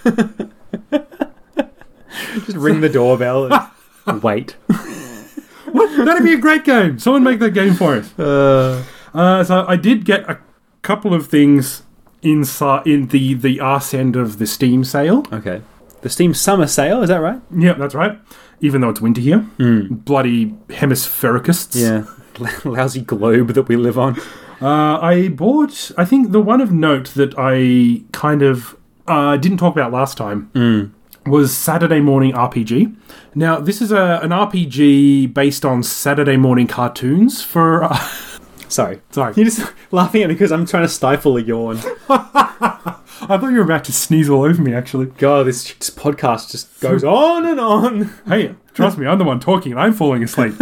B: Just ring the doorbell. And wait.
A: What? That'd be a great game. Someone make that game for us.
B: Uh,
A: Uh, so I did get a couple of things inside in the the arse end of the Steam sale.
B: okay. The Steam Summer Sale is that right?
A: Yep, that's right. Even though it's winter here, Hmm. bloody hemisphericists.
B: Yeah. Lousy globe that we live on.
A: Uh, I bought. I think the one of note that I kind of uh, didn't talk about last time was Saturday Morning RPG. Now this is a an RPG based on Saturday morning cartoons for. Uh,
B: Sorry.
A: sorry,
B: You're just laughing at me because I'm trying to stifle a yawn.
A: I thought you were about to sneeze all over me. Actually,
B: God, this, this podcast just goes on and on.
A: hey, trust me, I'm the one talking and I'm falling asleep.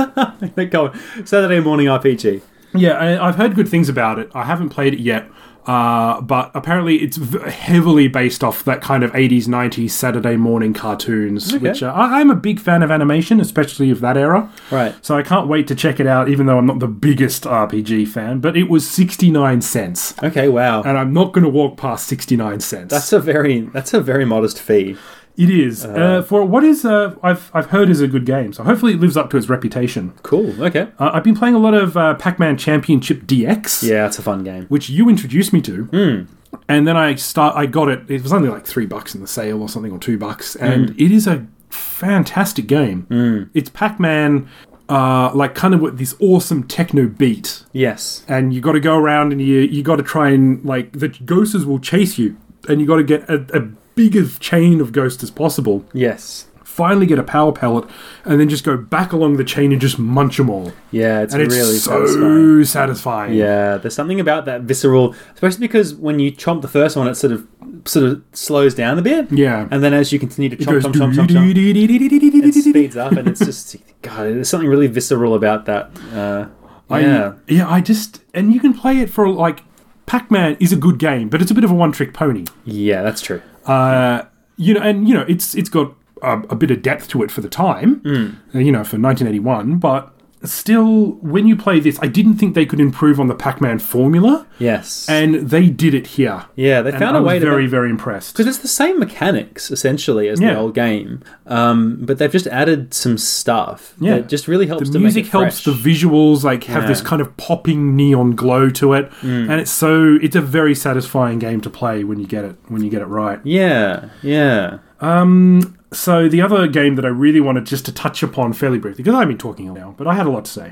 B: They're going Saturday morning RPG.
A: Yeah, I, I've heard good things about it. I haven't played it yet, uh, but apparently it's v- heavily based off that kind of 80s, 90s Saturday morning cartoons, which uh, I, I'm a big fan of animation, especially of that era.
B: Right.
A: So I can't wait to check it out, even though I'm not the biggest RPG fan, but it was 69 cents.
B: Okay. Wow.
A: And I'm not going to walk past 69 cents.
B: that's a very that's a very modest fee.
A: it is. Uh, for what is, uh, I've, I've heard is a good game. So hopefully it lives up to its reputation.
B: Cool. Okay.
A: Uh, I've been playing a lot of uh, Pac Man Championship DX.
B: Yeah, it's a fun game.
A: which you introduced me to.
B: Hmm.
A: And then I start I got it. It was only like 3 bucks in the sale or something or 2 bucks
B: Hmm.
A: and it is a fantastic game. It's Pac-Man uh, like kind of with this awesome techno beat
B: Yes.
A: and you got to go around and you you got to try and like the ghosts will chase you and you got to get a, a big of chain of ghosts as possible.
B: Yes.
A: Finally get a power pellet and then just go back along the chain and just munch them all.
B: Yeah, it's
A: And it's
B: really
A: so
B: satisfying.
A: satisfying.
B: Yeah, there's something about that visceral, especially because when you chomp the first one, it sort of sort of slows down a bit.
A: Yeah.
B: And then as you continue to chomp,
A: Goes
B: chomp, chomp, chomp, chomp, it speeds up, and it's just God. There's something really visceral about that. Uh, yeah.
A: I, yeah, I just and you can play it for like Pac-Man is a good game, but it's a bit of a one-trick pony.
B: yeah, that's true.
A: Uh, you know, and you know, it's it's got a, a bit of depth to it for the time. uh, You know, for 1981, but still, when you play this, I didn't think they could improve on the Pac-Man formula,
B: Yes.
A: and they did it here.
B: yeah, they
A: and
B: found
A: I
B: a
A: was
B: way to
A: very very impressed.
B: because it's the same mechanics essentially as the
A: Yeah.
B: old game, um, but they've just added some stuff.
A: Yeah.
B: that just really helps.
A: The
B: to
A: music
B: make it
A: helps the
B: fresh.
A: visuals like have
B: Yeah. Mm.
A: this kind of popping neon glow to it, and it's so it's a very satisfying game to play when you get it when you get it right.
B: yeah, yeah.
A: Um, So the other game that I really wanted just to touch upon fairly briefly, because I've been talking now, but I had a lot to say,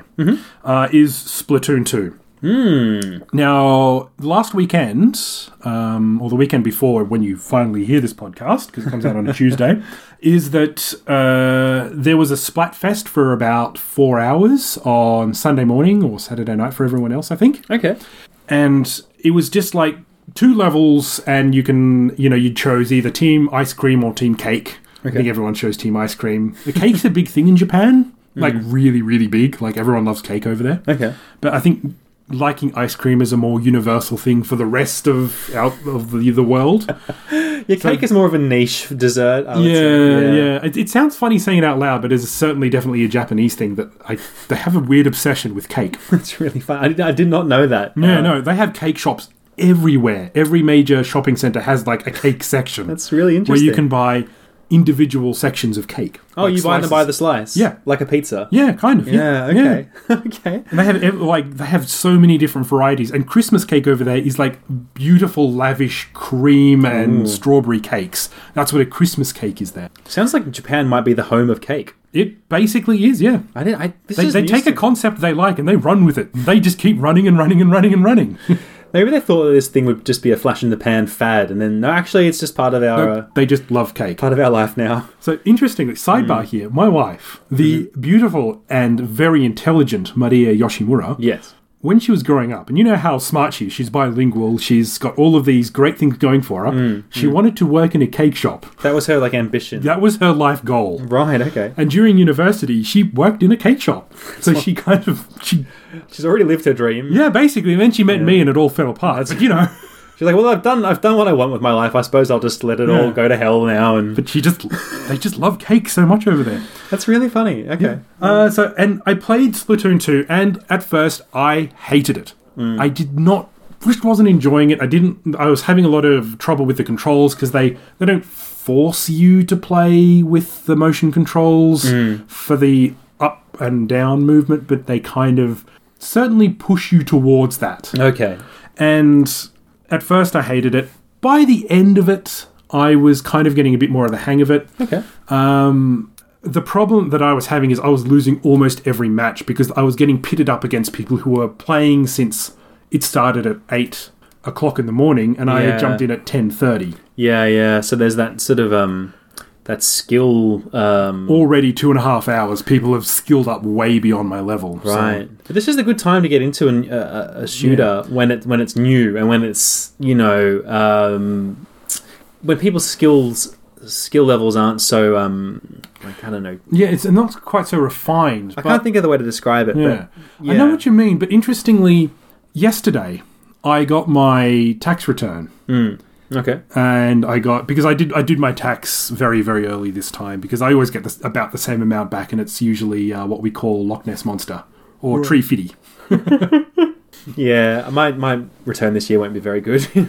A: uh, is Splatoon 2. Now, last weekend, um, or the weekend before, when you finally hear this podcast, because it comes out on a Tuesday, is that uh, there was a Splatfest for about four hours on Sunday morning or Saturday night for everyone else, I think
B: Okay.
A: and it was just like two levels and you can you know you chose either team ice cream or team cake i think everyone chose team ice cream the cake's a
B: Mm-hmm.
A: big thing in japan like really really big like everyone loves cake over there
B: Okay.
A: but i think liking ice cream is a more universal thing for the rest of out of the, the world.
B: Your cake is more of a niche dessert. I would
A: yeah,
B: say.
A: yeah. It, it sounds funny saying it out loud, but it's certainly definitely a Japanese thing that I, they have a weird obsession with cake.
B: It's really fun. I did, I did not know that.
A: Yeah,
B: Uh,
A: no, they have cake shops everywhere. Every major shopping center has like a cake section.
B: That's really
A: where
B: interesting.
A: you can buy individual sections of cake.
B: Oh,
A: like
B: you buy them
A: slices.
B: by the slice.
A: Yeah.
B: like a pizza.
A: Yeah, kind of.
B: Yeah. okay. okay.
A: And they have ev- like they have so many different varieties, and Christmas cake over there is like beautiful, lavish cream
B: Mm.
A: and strawberry cakes. That's what a Christmas cake is there.
B: Sounds like Japan might be the home of cake.
A: It basically is, yeah.
B: I didn't. I, this
A: They,
B: is
A: they
B: news
A: take
B: to
A: a concept they like and they run with it. They just keep running and running and running and running.
B: Maybe they thought that this thing would just be a flash in the pan fad, and then no, actually, it's just part of our uh,
A: they just love cake.
B: part of our life now.
A: So interestingly,
B: Mm.
A: sidebar here, my wife, the
B: Mm-hmm.
A: beautiful and very intelligent Maria Yoshimura,
B: Yes.
A: when she was growing up, and you know how smart she is, she's bilingual, she's got all of these great things going for her. she wanted to work in a cake shop.
B: That was her like ambition.
A: That was her life goal.
B: Right. Okay.
A: And during university, she worked in a cake shop. So she kind of, she,
B: She's already lived her dream.
A: yeah, basically. And then she met me, and it all fell apart. But you know,
B: She's like, well, I've done, I've done what I want with my life. I suppose I'll just let it all
A: Yeah.
B: go to hell now. And
A: but she just, they just love cake so much over there.
B: that's really funny. Okay.
A: Uh, so, and I played Splatoon 2, and at first I hated it. I did not, just wasn't enjoying it. I didn't, I was having a lot of trouble with the controls because they, they don't force you to play with the motion controls for the up and down movement, but they kind of certainly push you towards that.
B: Okay.
A: And at first I hated it. By the end of it, I was kind of getting a bit more of the hang of it.
B: Okay.
A: Um, the problem that I was having is I was losing almost every match because I was getting pitted up against people who were playing since it started at eight o'clock in the morning, and I
B: Yeah.
A: had jumped in at ten thirty.
B: Yeah, yeah. So there's that sort of um, that skill um.
A: Already two and a half hours. People have skilled up way beyond my level. so-
B: Right, but this is a good time to get into an, a, a- a shooter when it when it's new and when it's you know um, when people's skills skill levels aren't so um, like I don't know
A: yeah, it's not quite so refined.
B: I
A: but-
B: can't think of the way to describe it.
A: Yeah.
B: but,
A: I know what you mean, but interestingly, yesterday I got my tax return.
B: you. Hmm. Okay.
A: and I got because I did I did my tax very very early this time because I always get this, about the same amount back and it's usually uh, what we call Loch Ness monster or tree fitty.
B: Yeah, my my return this year won't be very good.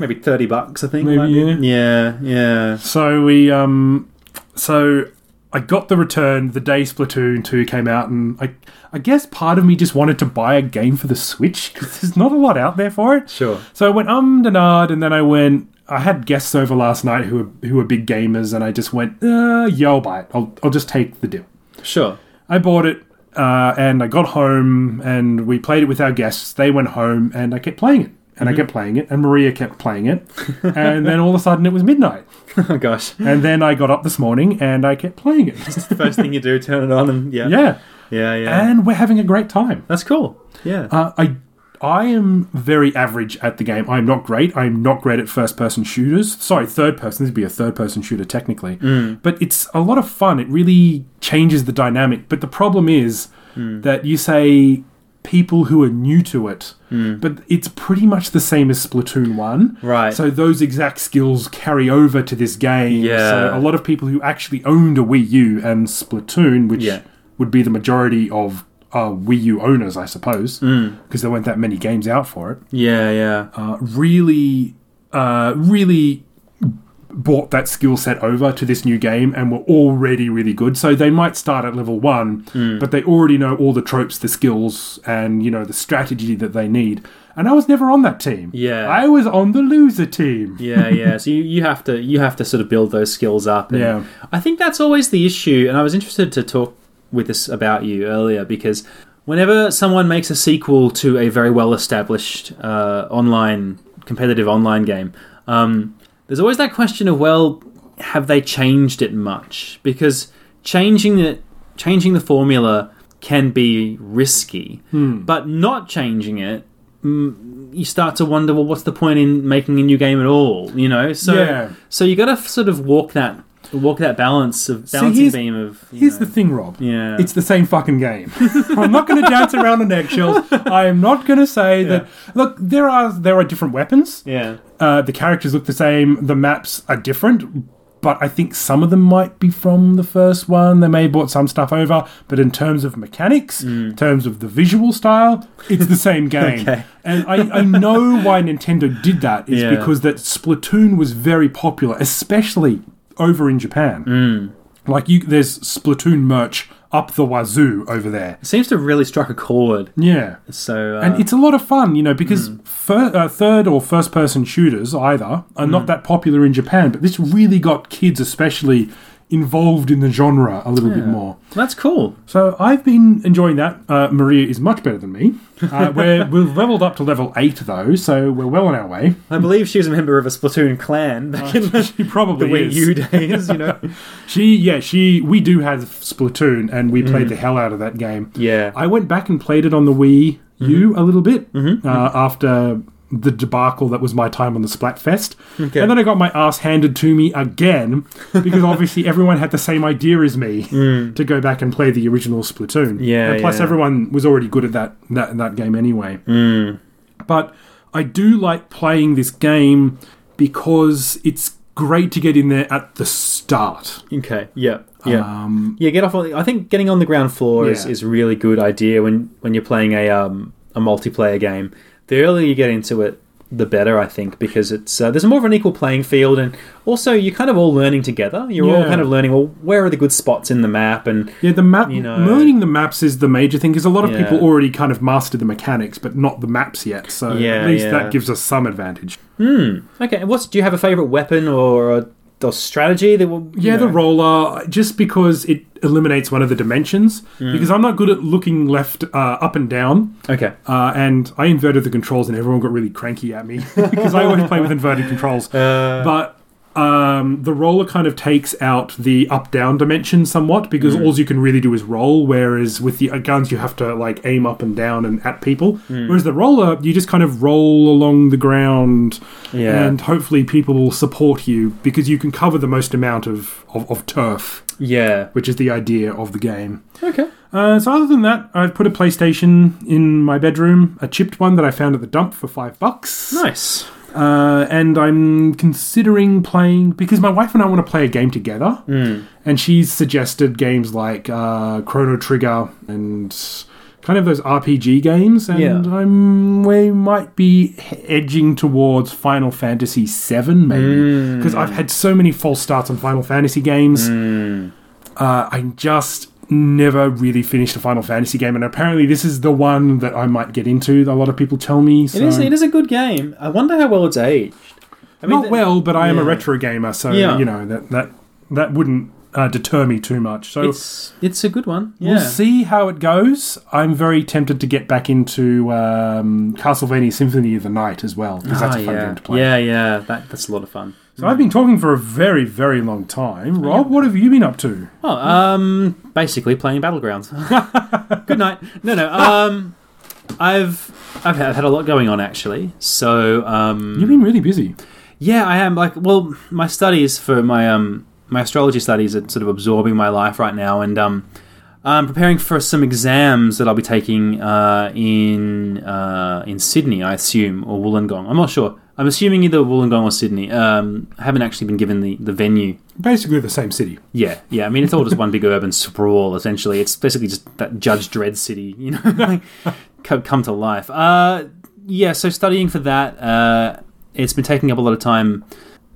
B: Maybe thirty bucks, I think.
A: Maybe,
B: might be.
A: yeah.
B: yeah, yeah.
A: So we um so I got the return the day Splatoon two came out and I I guess part of me just wanted to buy a game for the Switch because there's not a lot out there for it.
B: Sure.
A: So I went um denard, and then I went. I had guests over last night who were who were big gamers, and I just went, uh, yeah, I'll buy it. I'll I'll just take the dip.
B: Sure.
A: I bought it uh, and I got home and we played it with our guests. They went home and I kept playing it and I kept playing it and Maria kept playing it. and then all of a sudden it was midnight.
B: oh gosh.
A: And then I got up this morning and I kept playing it.
B: It's the first thing you do, turn it on and yeah.
A: Yeah.
B: Yeah, yeah.
A: And we're having a great time.
B: That's cool. Yeah.
A: Uh, I. I am very average at the game. I'm not great. I'm not great at first person shooters. Sorry, third person. This would be a third person shooter technically. But it's a lot of fun. It really changes the dynamic. But the problem is that you say people who are new to it, but it's pretty much the same as Splatoon 1.
B: Right.
A: So those exact skills carry over to this game.
B: Yeah.
A: So a lot of people who actually owned a Wii U and Splatoon, which
B: Yeah.
A: would be the majority of uh, Wii U owners, I suppose,
B: Mm.
A: because there weren't that many games out for it.
B: yeah, yeah.
A: Uh, really, uh, really bought that skill set over to this new game and were already really good. So they might start at level one,
B: Mm.
A: but they already know all the tropes, the skills, and you know the strategy that they need. And I was never on that team.
B: Yeah.
A: I was on the loser team.
B: yeah, yeah. So you, you have to you have to sort of build those skills up. And
A: Yeah.
B: I think that's always the issue. And I was interested to talk with this about you earlier because whenever someone makes a sequel to a very well established uh, online competitive online game, um, there's always that question of well, have they changed it much? Because changing it, changing the formula can be risky, but not changing it you start to wonder, well, what's the point in making a new game at all? You know, so
A: Yeah.
B: so you got to sort of walk that Walk that balance of
A: See,
B: balancing
A: here's-
B: beam of. you
A: Here's
B: know.
A: the thing, Rob.
B: Yeah.
A: It's the same fucking game. I'm not going to dance around on eggshells. I am not going to say that. Look, there are there are different weapons.
B: yeah.
A: Uh, the characters look the same. The maps are different, but I think some of them might be from the first one. They may have brought some stuff over, but in terms of mechanics, in terms of the visual style, it's the same game.
B: Hmm. Okay.
A: And I, I know why Nintendo did that. It's
B: Yeah.
A: because that Splatoon was very popular, especially over in Japan.
B: Hmm.
A: Like you, there's Splatoon merch up the wazoo over there.
B: It seems to have really struck a chord.
A: Yeah.
B: So. Uh,
A: And it's a lot of fun, you know, because fir- uh, third or first person shooters either are not that popular in Japan, but this really got kids, especially, involved in the genre a little bit more.
B: that's cool.
A: So I've been enjoying that. Uh, Maria is much better than me. Uh, we're, we've leveled up to level eight, though, so we're well on our way.
B: I believe she was a member of a Splatoon clan back in the,
A: Oh, She
B: the
A: probably
B: Wii
A: is.
B: U days, you know?
A: She, yeah, she. We do have Splatoon, and we played the hell out of that game.
B: yeah.
A: I went back and played it on the Wii U
B: Mm-hmm.
A: a little bit Uh, after the debacle that was my time on the Splatfest.
B: Okay.
A: And then I got my ass handed to me again because obviously everyone had the same idea as me to go back and play the original Splatoon.
B: Mm. Yeah,
A: And plus,
B: yeah.
A: everyone was already good at that, that, that game anyway.
B: Mm.
A: But I do like playing this game because it's great to get in there at the start.
B: Okay. Yeah. Yeah.
A: Um,
B: yeah. Get off. On, I think getting on the ground floor is,
A: Yeah.
B: is a really good idea when when you're playing a um a multiplayer game. The earlier you get into it, the better I think because it's uh, there's more of an equal playing field, and also you're kind of all learning together. You're all
A: Yeah.
B: kind of learning. Well, where are the good spots in the map? And
A: Yeah, the map.
B: You know.
A: learning the maps is the major thing because a lot of
B: Yeah.
A: people already kind of mastered the mechanics, but not the maps yet. So
B: Yeah,
A: at least
B: yeah.
A: that gives us some advantage.
B: okay, and what's do you have a favorite weapon or a, or strategy that will? you
A: Yeah, the
B: know-
A: roller just because it eliminates one of the dimensions.
B: Mm.
A: Because I'm not good at looking left, uh, up and down,
B: Okay.
A: uh, and I inverted the controls, and everyone got really cranky at me because I always play with inverted controls.
B: Uh,
A: but um, the roller kind of takes out the up down dimension somewhat because
B: Mm.
A: all you can really do is roll, whereas with the uh, guns you have to like aim up and down and at people.
B: Mm.
A: Whereas the roller, you just kind of roll along the ground
B: Yeah.
A: and hopefully people will support you because you can cover the most amount of, of, of turf,
B: yeah.
A: which is the idea of the game.
B: Okay.
A: Uh, so other than that, I've put a PlayStation in my bedroom, a chipped one that I found at the dump for five bucks.
B: Nice.
A: Uh, and I'm considering playing because my wife and I want to play a game together,
B: Hmm.
A: and she's suggested games like uh, Chrono Trigger and kind of those RPG games, and
B: Yeah.
A: I'm we might be he- edging towards Final Fantasy VII maybe
B: Hmm.
A: because I've had so many false starts on Final Fantasy games.
B: Hmm.
A: Uh, I just never really finished a Final Fantasy game, and apparently this is the one that I might get into. A lot of people tell me so.
B: It is. It is a good game. I wonder how well it's aged. I
A: Not
B: the-
A: well, but I am a
B: yeah.
A: retro gamer, so
B: Yeah.
A: you know that that that wouldn't uh, deter me too much. So
B: It's it's a good one. Yeah.
A: we'll see how it goes. I'm very tempted to get back into um, Castlevania Symphony of the Night as well because that's a fun
B: Ah, yeah.
A: game to play.
B: Yeah, yeah, that, that's a lot of fun.
A: So I've been talking for a very very long time. Rob, what have you been up to?
B: Oh, um, basically playing Battlegrounds. Good night. No, no. Um, I've I've had, I've had a lot going on actually. So um,
A: You've been really busy.
B: yeah, I am like well, my studies for my um my astrology studies are sort of absorbing my life right now, and um, I'm preparing for some exams that I'll be taking uh, in uh, in Sydney, I assume, or Wollongong. I'm not sure. I'm assuming either Wollongong or Sydney. Um, I haven't actually been given the, the venue
A: Basically the same city.
B: yeah, yeah. I mean, it's all just one big urban sprawl. Essentially, it's basically just that Judge Dredd city, you know, like, co- come to life. Uh, yeah. So studying for that, uh, it's been taking up a lot of time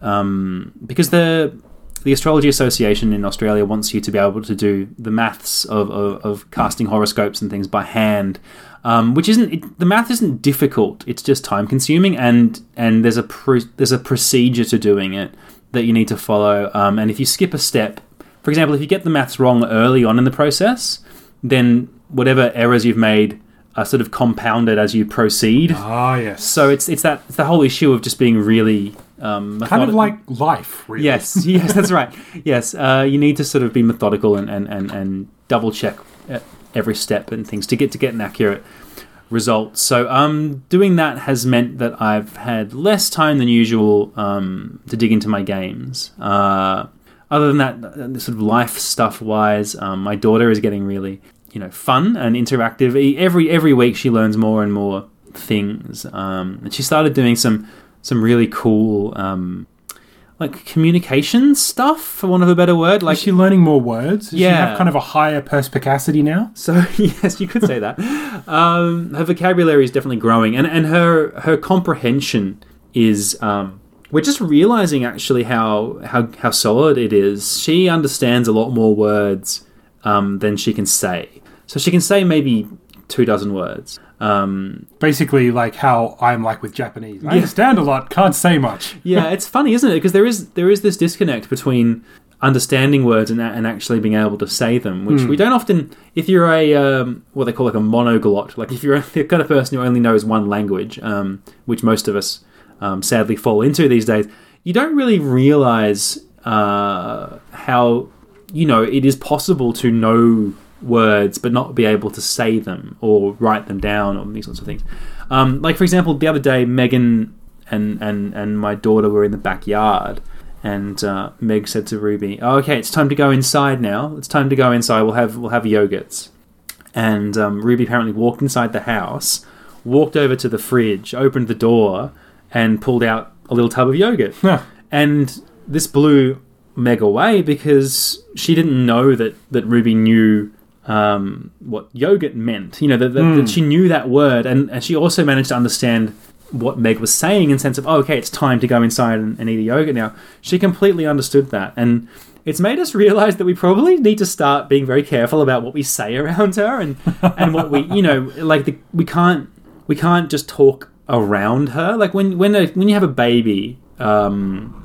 B: um, because the the Astrology Association in Australia wants you to be able to do the maths of, of, of casting horoscopes and things by hand, um, which isn't it, the math isn't difficult. It's just time consuming and and there's a pro- there's a procedure to doing it that you need to follow. Um, and if you skip a step, for example, if you get the maths wrong early on in the process, then whatever errors you've made are sort of compounded as you proceed.
A: Ah yes.
B: So it's it's that it's the whole issue of just being really um,
A: kind of
B: methodi-
A: like life, really.
B: Yes, yes, that's right. Yes, uh, you need to sort of be methodical and, and, and, and double check at every step and things to get to get an accurate result. So um, doing that has meant that I've had less time than usual um, to dig into my games. Uh, other than that, uh, sort of life stuff wise, um, my daughter is getting really, you know, fun and interactive. E- Every every week she learns more and more things. Um, and she started doing some some really cool um, like communication stuff, for want of a better word. Like
A: Is she learning more words? Does she
B: Yeah.
A: have kind of a higher perspicacity now?
B: So yes, you could say that. Um, her vocabulary is definitely growing, and, and her her comprehension is. Um, we're just realizing actually how, how how solid it is. She understands a lot more words um, than she can say. So she can say maybe two dozen words. Um,
A: Basically, like how I'm like with Japanese. I
B: Yeah.
A: understand a lot, can't say much.
B: yeah, it's funny, isn't it? Because there is there is this disconnect between understanding words and, and actually being able to say them, which we don't often. If you're a um, what they call like a monoglot, like if you're the kind of person who only knows one language, um, which most of us um, sadly fall into these days, you don't really realize uh, how you know it is possible to know words but not be able to say them or write them down or these sorts of things. Um, like for example, the other day, Megan and and and my daughter were in the backyard, and uh, Meg said to Ruby, oh, "Okay, it's time to go inside now. It's time to go inside. We'll have we'll have yogurts." And um, Ruby apparently walked inside the house, walked over to the fridge, opened the door, and pulled out a little tub of yogurt.
A: Huh.
B: And this blew Meg away because she didn't know that, that Ruby knew um, what yogurt meant. You know, that, that, that she knew that word. And, and she also managed to understand what Meg was saying in sense of, oh, okay, it's time to go inside and, and eat a yogurt now. She completely understood that. And it's made us realize that we probably need to start being very careful about what we say around her and, and what we, you know, like the, we can't we can't just talk around her. Like when when a, when you have a baby, um,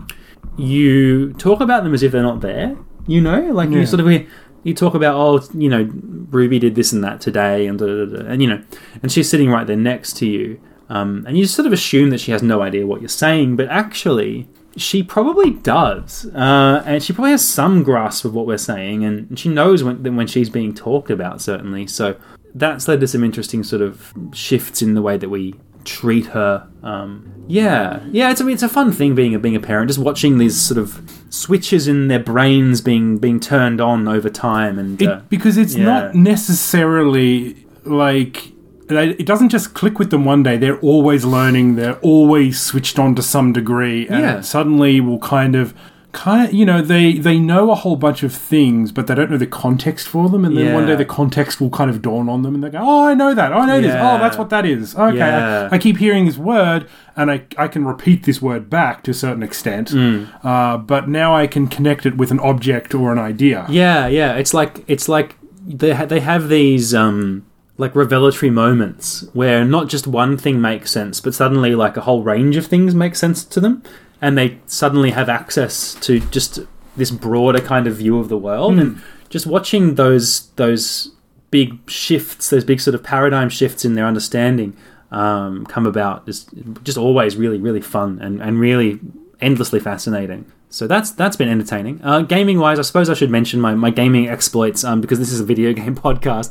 B: you talk about them as if they're not there. You know, like
A: Yeah.
B: you sort of you talk about oh, you know, Ruby did this and that today, and da, da, da, da, and you know, and she's sitting right there next to you, um, and you sort of assume that she has no idea what you're saying, but actually. She probably does, uh, and she probably has some grasp of what we're saying, and she knows when when she's being talked about, certainly. So that's led to some interesting sort of shifts in the way that we treat her. Um, yeah, yeah. It's I mean, it's a fun thing being a being a parent, just watching these sort of switches in their brains being being turned on over time, and
A: It,
B: uh,
A: because it's
B: Yeah.
A: not necessarily like they- it doesn't just click with them one day. They're always learning. They're always switched on to some degree, and
B: Yeah.
A: it suddenly will kind of. Kind of, you know, they they know a whole bunch of things, but they don't know the context for them. And then one
B: Yeah.
A: day the context will kind of dawn on them, and they go, "Oh, I know that. Oh, I know this.
B: Yeah.
A: Oh, that's what that is. Okay,
B: Yeah.
A: I, I keep hearing this word, and I I can repeat this word back to a certain extent,
B: Mm.
A: uh, but now I can connect it with an object or an idea.
B: yeah, yeah. It's like it's like they ha- they have these um, like revelatory moments where not just one thing makes sense, but suddenly like a whole range of things make sense to them, and they suddenly have access to just this broader kind of view of the world. And just watching those those big shifts, those big sort of paradigm shifts in their understanding um, come about is just always really, really fun and, and really endlessly fascinating. So that's that's been entertaining. Uh, gaming wise, I suppose I should mention my, my gaming exploits um, because this is a video game podcast.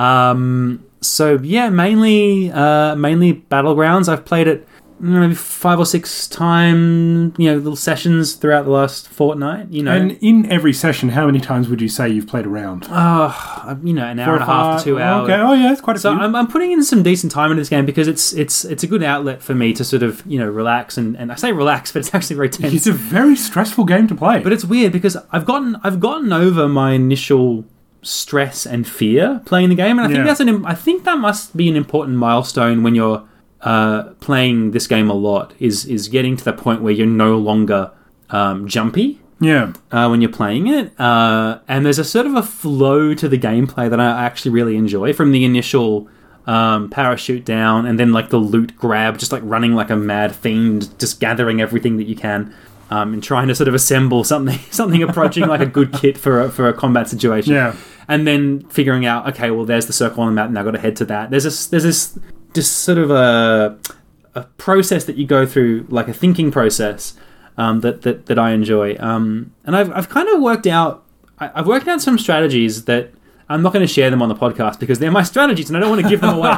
B: Um, so yeah, mainly uh, mainly battlegrounds. I've played it mm, maybe five or six time you know little sessions throughout the last fortnight. You know,
A: And in every session, how many times would you say you've played around?
B: uh, you know an hour and a half to two hours.
A: Okay. Oh yeah, it's quite a
B: So
A: few.
B: I'm, I'm putting in some decent time into this game because it's it's it's a good outlet for me to sort of you know relax and, and I say relax but it's actually very tense.
A: it's a very stressful game to play.
B: But it's weird because I've gotten I've gotten over my initial stress and fear playing the game, and I think
A: Yeah.
B: that's an im- I think that must be an important milestone when you're uh, playing this game a lot is is getting to the point where you're no longer um, jumpy
A: yeah,
B: uh, when you're playing it. Uh, and there's a sort of a flow to the gameplay that I actually really enjoy from the initial um, parachute down and then like the loot grab, just like running like a mad fiend, just gathering everything that you can. Um, and trying to sort of assemble something, something approaching like a good kit for a, for a combat situation,
A: Yeah.
B: and then figuring out, okay, well, there's the circle on the map, and I've got to head to that. There's this, there's this, just sort of a a process that you go through, like a thinking process um, that, that that I enjoy. Um, and I've I've kind of worked out I, I've worked out some strategies that I'm not going to share them on the podcast because they're my strategies, and I don't want to give them away.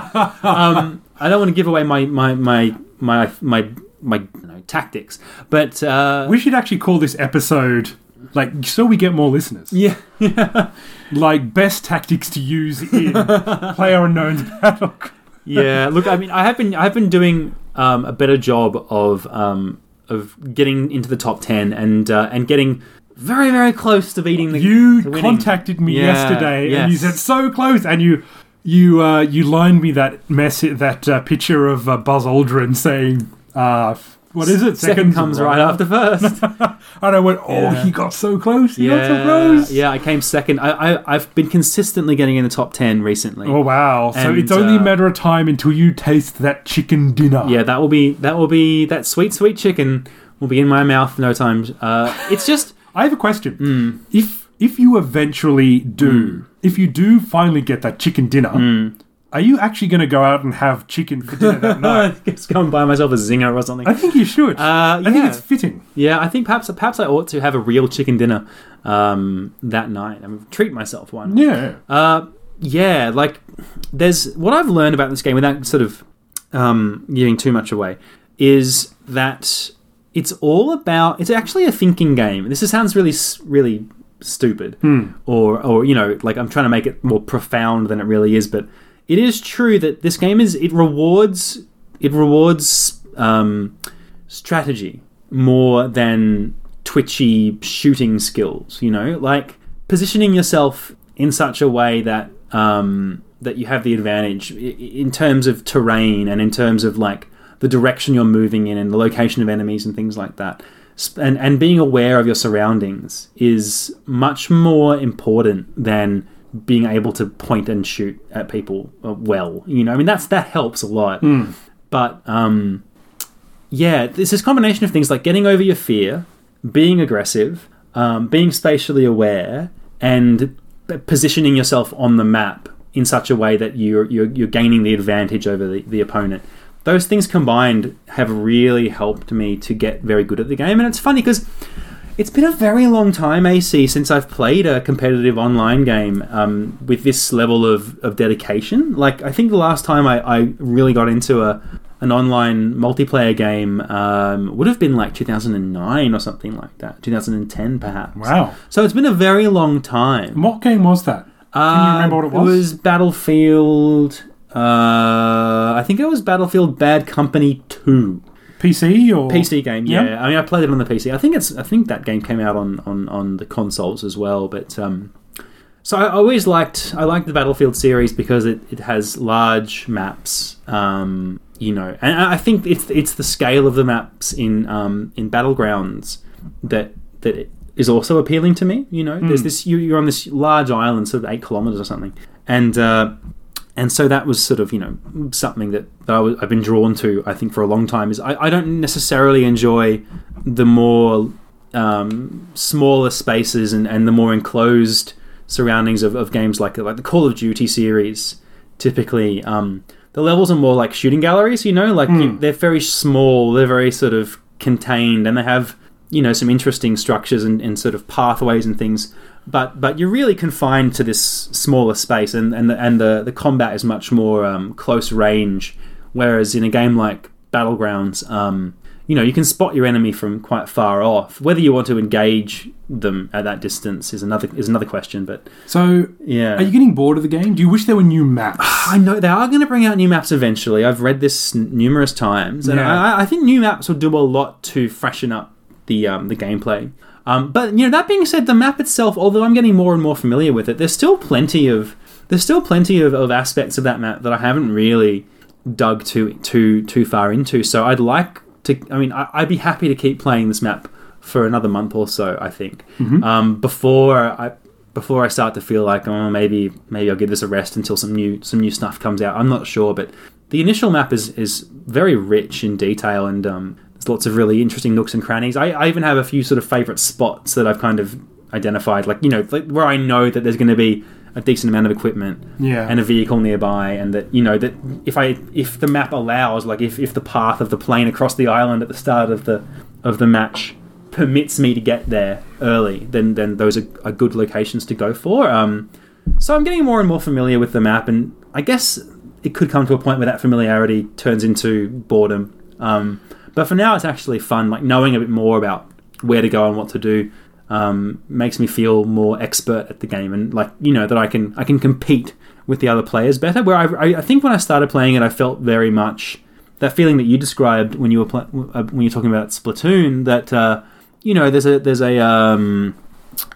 B: um, I don't want to give away my my my my my my you know, tactics, but. Uh,
A: we should actually call this episode Like, so we get more listeners.
B: Yeah.
A: Like, best tactics to use in Player Unknown's Battlegrounds.
B: yeah. Look, I mean, I have been I have been doing um, a better job of um, of getting into the top ten and uh, and getting very very close to beating the
A: You
B: to winning.
A: contacted me
B: Yeah,
A: yesterday and you
B: yes.
A: said so close, and you you uh, you lined me that message that uh, picture of uh, Buzz Aldrin saying, uh, f- "What is it?
B: Second, comes right after first.
A: And I went, "Oh,
B: Yeah.
A: he got so close! He got so
B: yeah,
A: close!"
B: yeah. I came second. I, I I've been consistently getting in the top ten recently.
A: Oh wow! So
B: And,
A: it's only a
B: uh,
A: matter of time until you taste that chicken dinner.
B: Yeah, that will be that will be that sweet sweet chicken will be in my mouth in no time. Uh, it's just hmm.
A: I have a question.
B: Mm.
A: If if you eventually do, if you do finally get that chicken dinner,
B: Mm.
A: are you actually going to go out and have chicken for dinner that night?
B: I just go and buy myself a zinger or something.
A: I think you should.
B: Uh,
A: I think
B: yeah.
A: it's fitting.
B: yeah, I think perhaps perhaps I ought to have a real chicken dinner um, that night. I mean, treat myself one.
A: Yeah.
B: Uh, yeah, like there's what I've learned about this game without sort of um, giving too much away is that it's all about it's actually a thinking game. This sounds really s- really stupid or or you know like I'm trying to make it more profound than it really is, but it is true that this game is it rewards it rewards um, strategy more than twitchy shooting skills. You know, like positioning yourself in such a way that um, that you have the advantage i- i- in terms of terrain and in terms of like the direction you're moving in and the location of enemies and things like that. Sp- And, and being aware of your surroundings is much more important than being able to point and shoot at people uh, well. You know, I mean that's that helps a lot. But um, yeah, it's this combination of things like getting over your fear, being aggressive, um, being spatially aware, and p- positioning yourself on the map in such a way that you're you're, you're gaining the advantage over the, the opponent. Those things combined have really helped me to get very good at the game, and it's funny because it's been a very long time, AC, since I've played a competitive online game um, with this level of, of dedication. Like, I think the last time I, I really got into a an online multiplayer game um, would have been like 2009 or something like that, 2010 perhaps.
A: Wow.
B: So it's been a very long time.
A: What game was that? Can you remember what it
B: Uh,
A: was?
B: Battlefield. Uh, I think it was Battlefield Bad Company 2.
A: PC or
B: PC game,
A: Yeah.
B: yeah. I mean, I played it on the PC. I think it's. I think that game came out on on, on the consoles as well. But um, so I always liked. I liked the Battlefield series because it, it has large maps. Um, you know, and I I think it's it's the scale of the maps in um, in battlegrounds that that it is also appealing to me. You know, there's this. You, you're on this large island, sort of eight kilometers or something, and. Uh, and so that was sort of you know something that, that I was, I've been drawn to I think for a long time is I, I don't necessarily enjoy the more um, smaller spaces and, and the more enclosed surroundings of, of games like like the Call of Duty series typically um, the levels are more like shooting galleries you know like you, they're very small they're very sort of contained and they have you know some interesting structures and, and sort of pathways and things but but you're really confined to this smaller space and and the, and the, the combat is much more um, close range whereas in a game like battlegrounds um, you know you can spot your enemy from quite far off whether you want to engage them at that distance is another is another question but
A: So,
B: yeah
A: are you getting bored of the game? Do you wish there were new maps?
B: I know they are going to bring out new maps eventually. I've read this n- numerous times, and
A: Yeah.
B: I, I think new maps will do a lot to freshen up the um, the gameplay. Um, but you know, that being said, the map itself, although I'm getting more and more familiar with it, there's still plenty of there's still plenty of, of aspects of that map that I haven't really dug too too too far into. So I'd like to. I mean, I, I'd be happy to keep playing this map for another month or so. I think um, before I before I start to feel like oh maybe maybe I'll give this a rest until some new some new stuff comes out. I'm not sure, but the initial map is is very rich in detail and um, there's lots of really interesting nooks and crannies. I, I even have a few sort of favorite spots that I've kind of identified, like you know like where I know that there's going to be a decent amount of equipment
A: Yeah.
B: and a vehicle nearby and that you know that if I if the map allows like if, if the path of the plane across the island at the start of the of the match permits me to get there early then then those are, are good locations to go for um, so I'm getting more and more familiar with the map and I guess it could come to a point where that familiarity turns into boredom um, but for now it's actually fun like knowing a bit more about where to go and what to do um, makes me feel more expert at the game and like you know that I can I can compete with the other players better. Where I, I, I think when I started playing it, I felt very much that feeling that you described when you were pl- when you're talking about Splatoon. That uh, you know there's a there's a um,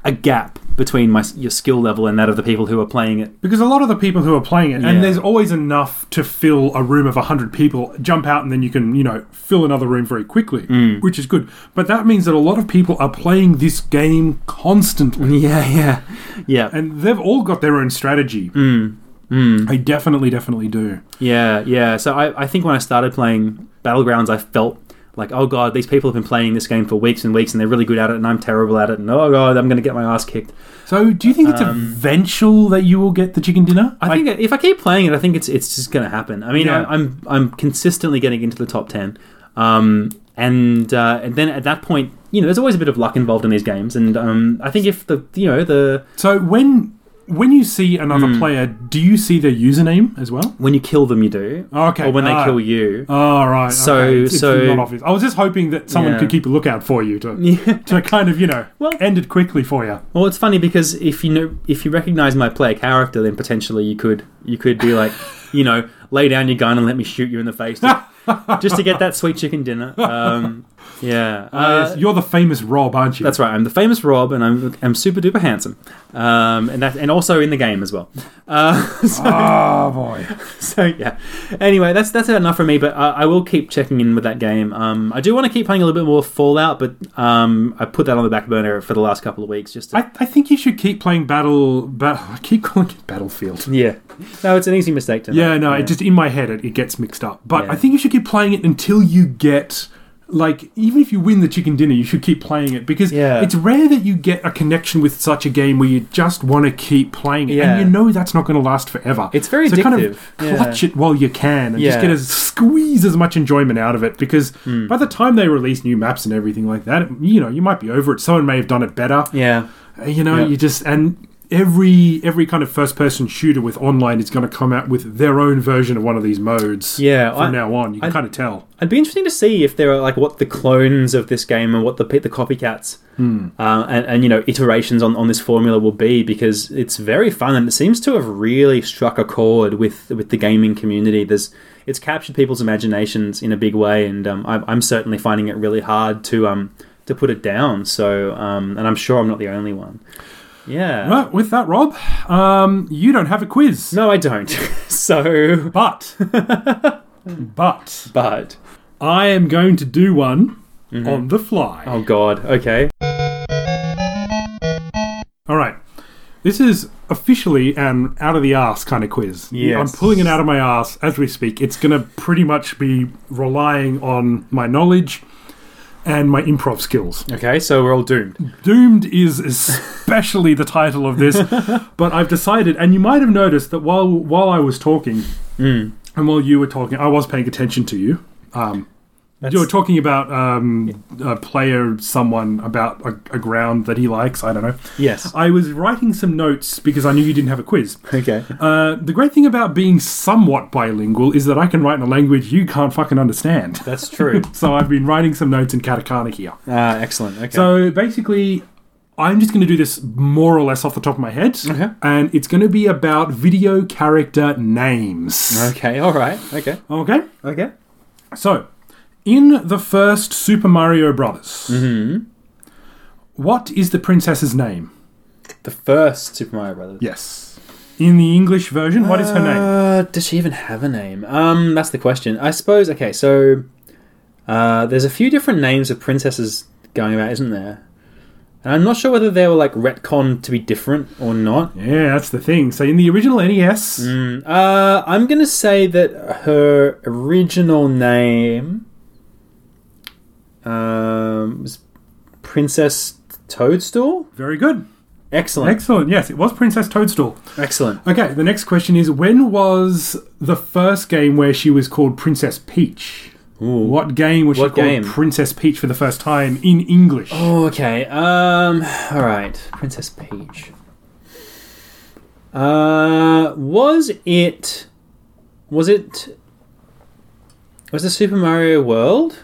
B: a gap between my your skill level and that of the people who are playing it.
A: Because a lot of the people who are playing it,
B: Yeah.
A: and there's always enough to fill a room of 100 people, jump out and then you can, you know, fill another room very quickly,
B: Mm.
A: which is good. But that means that a lot of people are playing this game constantly.
B: Yeah, yeah, yeah. Mm.
A: And they've all got their own strategy. I definitely, definitely do.
B: Yeah, yeah. So I, I think when I started playing Battlegrounds, I felt like, oh god, these people have been playing this game for weeks and weeks, and they're really good at it, and I'm terrible at it, and oh god, I'm going to get my ass kicked.
A: So, do you think it's eventual that you will get the chicken dinner?
B: Um, I think if I keep playing it, I think it's it's just going to happen. I mean,
A: Yeah.
B: I, I'm I'm consistently getting into the top ten, um, and uh, and then at that point, you know, there's always a bit of luck involved in these games, and um, I think if the you know the
A: So, when when you see another
B: Mm.
A: player, do you see their username as well?
B: when you kill them, you do,
A: Okay,
B: or when they
A: ah.
B: kill you,
A: Oh, right. okay.
B: So-
A: It's- it's
B: so-
A: not obvious. I was just hoping that someone
B: Yeah.
A: could keep a lookout for you to
B: yeah.
A: to kind of you know
B: Well-
A: end it quickly for you.
B: Well, it's funny because if you know if you recognize my player character, then potentially you could you could be like, you know, lay down your gun and let me shoot you in the face, to- just to get that sweet chicken dinner. Um, yeah,
A: Uh,
B: Uh,
A: yes, you're the famous Rob, aren't you?
B: that's right. I'm the famous Rob, and I'm I'm super duper handsome, um, and that and also in the game as well. Uh, so,
A: Oh boy.
B: so yeah. Anyway, that's that's enough for me. But I, I will keep checking in with that game. Um, I do want to keep playing a little bit more Fallout, but um, I put that on the back burner for the last couple of weeks just to
A: I, I think you should keep playing Battle. Ba- I keep calling it Battlefield.
B: Yeah. No, it's an easy mistake to make.
A: Yeah, no, it just in my head it, it gets mixed up. But
B: Yeah.
A: I think you should keep playing it until you get like even if you win the chicken dinner, you should keep playing it because
B: Yeah.
A: it's rare that you get a connection with such a game where you just want to keep playing it
B: Yeah.
A: and you know that's not going to last forever.
B: It's very
A: so kind
B: addictive.
A: of clutch it while you can and
B: Yeah. Hmm.
A: just get as squeeze as much enjoyment out of it because by the time they release new maps and everything like that, you know, you might be over it. Someone may have done it better.
B: Yeah.
A: Uh, you know
B: Yeah.
A: you just and every every kind of first person shooter with online is going to come out with their own version of one of these modes
B: Yeah,
A: from
B: I-
A: now on you can
B: I-
A: kind of tell
B: It'd be interesting to see if there are like what the clones of this game and what the pe- the copycats uh, and, and you know iterations on, on this formula will be because it's very fun and it seems to have really struck a chord with with the gaming community. There's it's captured people's imaginations in a big way, and um, I'm, I'm certainly finding it really hard to um to put it down. So um, and I'm sure I'm not the only one. Yeah.
A: right with that rob um you don't have a quiz
B: No, I don't. so,
A: but but
B: but
A: i am going to do one
B: Mm-hmm.
A: on the fly
B: oh god. Okay.
A: all right this is officially an out of the ass kind of quiz.
B: Yes.
A: I'm pulling it out of my ass as we speak. It's going to pretty much be relying on my knowledge and my improv skills.
B: Okay, so we're all doomed.
A: Doomed is especially the title of this, but I've decided, and you might have noticed that while while I was talking, and while you were talking, I was paying attention to you. Um, you were talking about um, a player, someone about a, a ground that he likes. I don't know.
B: Yes.
A: I was writing some notes because I knew you didn't have a quiz.
B: Okay.
A: Uh, the great thing about being somewhat bilingual is that I can write in a language you can't fucking understand.
B: That's true.
A: So I've been writing some notes in katakana here.
B: Ah, excellent. Okay.
A: So basically, I'm just going to do this more or less off the top of my head,
B: Okay.
A: and it's going to be about video character names.
B: okay, all right. Okay.
A: Okay,
B: Okay.
A: so in the first Super Mario Brothers,
B: Mm-hmm.
A: what is the princess's name?
B: The first Super Mario Brothers.
A: Yes. In the English version, what is her name?
B: Uh, does she even have a name? Um, that's the question. I suppose. Okay, so uh, there's a few different names of princesses going about, isn't there? And I'm not sure whether they were like retconned to be different or not.
A: Yeah, that's the thing. So in the original E NES,
B: Mm, uh, I'm gonna say that her original name um, was Princess Toadstool.
A: very good,
B: Excellent.
A: excellent. Yes, it was Princess Toadstool.
B: Excellent.
A: Okay, the next question is: When was the first game where she was called Princess Peach?
B: Ooh.
A: What game was she
B: What
A: called
B: game?
A: Princess Peach for the first time in English?
B: Oh, okay. Um. All right. Princess Peach. Uh, was it? Was it? Was it Super Mario World?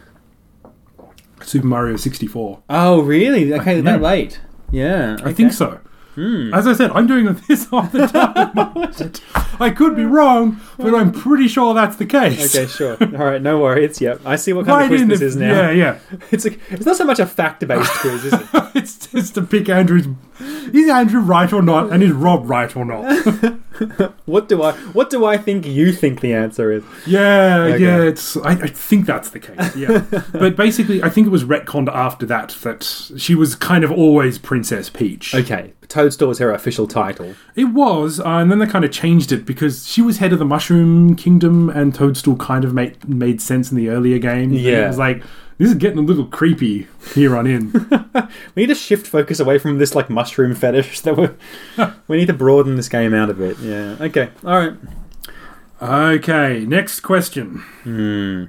A: Super Mario 64.
B: Oh, really? Okay,
A: Yeah.
B: that late. Yeah.
A: I think so.
B: Hmm.
A: As I said, I'm doing this all the time. I could be wrong, but I'm pretty sure that's the case.
B: Okay, sure. All right, no worries. Yep, I see what kind
A: Right
B: of quiz
A: in
B: this
A: the,
B: is now.
A: Yeah, yeah.
B: It's a, it's not so much a fact-based quiz, is it?
A: it's just to pick Andrew's. Is Andrew right or not? And is Rob right or not?
B: What do I what do I think you think the answer is?
A: Yeah,
B: Okay.
A: yeah. It's. I, I think that's the case. Yeah. but basically, I think it was retconned after that that she was kind of always Princess Peach.
B: Okay, Toadstool is her official title.
A: It was, uh, and then they kind of changed it because she was head of the Mushroom Kingdom, and Toadstool kind of made made sense in the earlier game. And
B: Yeah.
A: it was like this is getting a little creepy here on in.
B: We need to shift focus away from this like mushroom fetish that we we need to broaden this game out a bit. Yeah. Okay. All right.
A: okay, next question.
B: Hmm.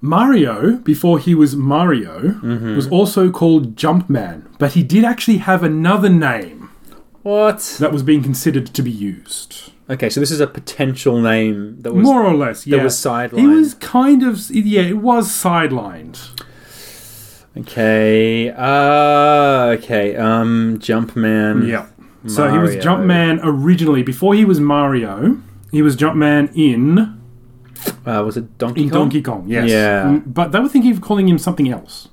A: Mario, before he was Mario,
B: Mm-hmm.
A: was also called Jumpman, but he did actually have another name
B: What?
A: that was being considered to be used.
B: Okay, so this is a potential name that was
A: More or less, yeah.
B: was sidelined.
A: He was kind of, yeah, it was sidelined.
B: Okay. Uh okay. Um Jumpman.
A: Yeah. So he was
B: Mario.
A: Jumpman originally. Before he was Mario, he was Jumpman in,
B: Uh, was it Donkey
A: in
B: Kong?
A: Donkey Kong, yes.
B: Yeah.
A: Mm, But they were thinking of calling him something else.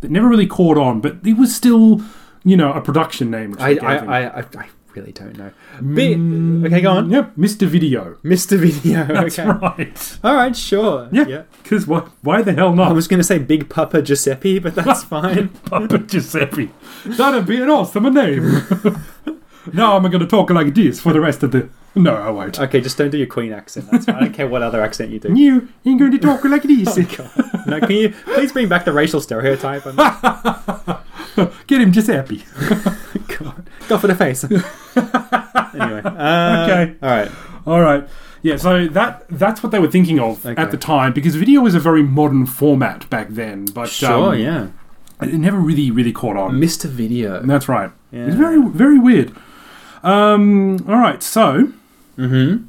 A: That never really caught on, but it was still, you know, a production name. Which
B: I
A: they gave
B: I,
A: him.
B: I I I really don't know. Be- okay, go on.
A: Yep, Mr. Video.
B: Mr. Video.
A: Mm, That's
B: okay.
A: right.
B: All right, sure.
A: Yeah. Because why, why the hell
B: I
A: not?
B: was going to say Big Papa Giuseppe, but that's fine.
A: Papa Giuseppe. That'd be an awesome name. now I'm going to talk like this for the rest of the. No, I won't.
B: Okay, just don't do your Queen accent. That's fine. I don't care what other accent you do.
A: You ain't going to talk like this.
B: Oh, No, can you please bring back the racial stereotype? I'm like,
A: Get him Giuseppe.
B: God, go for the face. anyway, uh,
A: Okay.
B: all right.
A: All right. Yeah, so that that's what they were thinking of
B: Okay.
A: at the time because video was a very modern format back then, but um,
B: yeah.
A: it never really really caught on.
B: Mr. Video.
A: That's right. It's
B: Yeah.
A: very very weird. Um, all right, so
B: Mm-hmm.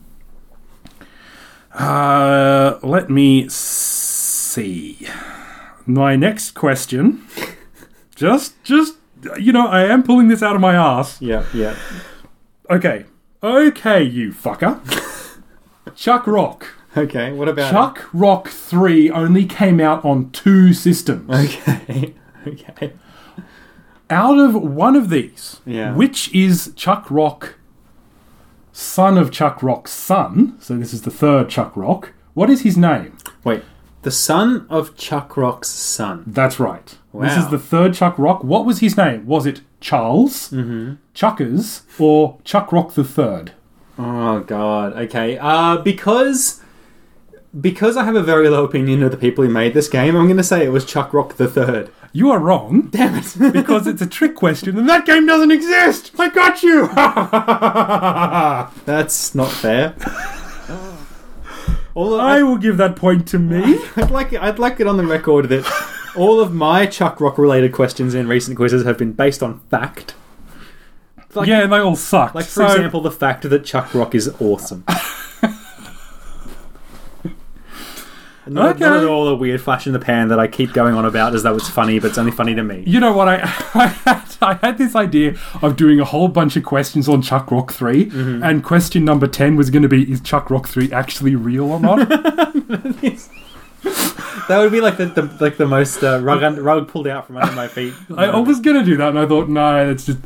A: uh, let me see. My next question, just just you know, I am pulling this out of my ass.
B: Yeah, yeah.
A: Okay, okay, you fucker, Chuck Rock.
B: Okay, what about
A: Chuck Rock 3 only came out on two systems.
B: Okay, okay.
A: Out of one of these,
B: Yeah.
A: which is Chuck Rock, son of Chuck Rock's son, so this is the third Chuck Rock, what is his name?
B: Wait, the son of Chuck Rock's son.
A: That's right. This
B: Wow.
A: is the third Chuck Rock. What was his name? Was it Charles,
B: Mm-hmm.
A: Chuckers, or Chuck Rock the Third?
B: Oh god. Okay. Uh because because I have a very low opinion of the people who made this game, I'm going to say it was Chuck Rock the Third.
A: You are wrong.
B: Damn it.
A: Because it's a trick question, and that game doesn't exist. I got you.
B: That's not fair. Although I,
A: I will give that point to me.
B: would like it, I'd like it on the record that all of my Chuck Rock related questions in recent quizzes have been based on fact. Like-
A: yeah, and they all suck.
B: Like for example, the fact that Chuck Rock is awesome. Not, not
A: Okay.
B: at all a weird flash in the pan that I keep going on about as though it's funny, but it's only funny to me.
A: You know what? I I had, I had this idea of doing a whole bunch of questions on Chuck Rock 3, and question number 10 was going to be Is Chuck Rock 3 actually real or not?
B: That would be like the, the like the most uh, rug un- rug pulled out from under my feet.
A: I, I was going to do that, and I thought, no, that's just.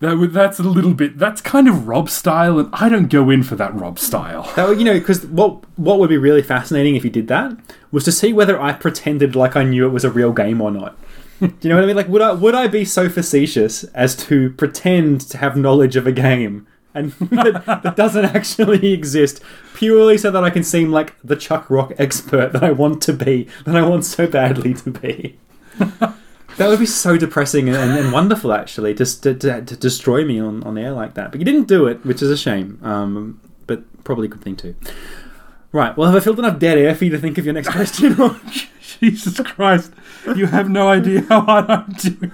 A: That, would- that's a little bit. That's kind of Rob style, and I don't go in for that Rob style.
B: that would, you know because what what would be really fascinating if you did that was to see whether I pretended like I knew it was a real game or not. Do you know what I mean? Like would I would I be so facetious as to pretend to have knowledge of a game and that, that doesn't actually exist purely so that I can seem like the Chuck Rock expert that I want to be that I want so badly to be. That would be so depressing and, and, and wonderful, actually, just to, to, to destroy me on, on air like that. But you didn't do it, which is a shame, um, but probably a good thing too. Right, well, have I filled enough dead air for you to think of your next question?
A: Jesus Christ, you have no idea how hard I'm doing.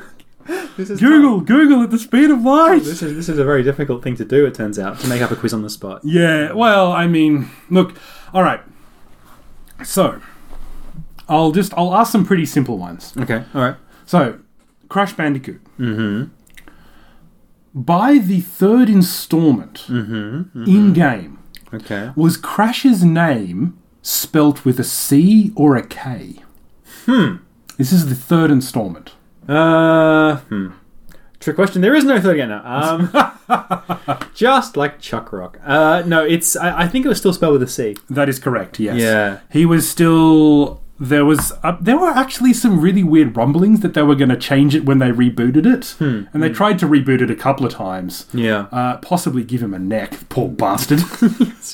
B: this is
A: Google, Google at the speed of light.
B: This is, this is a very difficult thing to do, it turns out, to make up a quiz on the spot.
A: Yeah, well, I mean, look, all right. So, I'll just I'll ask some pretty simple ones.
B: Okay, all right.
A: So, Crash Bandicoot. Mm-hmm. By the third installment in game,
B: Okay.
A: was Crash's name spelt with a C or a K? Hmm. This is the third installment.
B: Uh, hmm. Trick question. There is no third again now. Um, just like Chuck Rock. Uh, no, it's. I, I think it was still spelled with a C.
A: That is correct. Yes.
B: Yeah.
A: He was still. There was uh, there were actually some really weird rumblings that they were going to change it when they rebooted it, and they tried to reboot it a couple of times.
B: Yeah.
A: Uh, possibly give him a neck, poor bastard.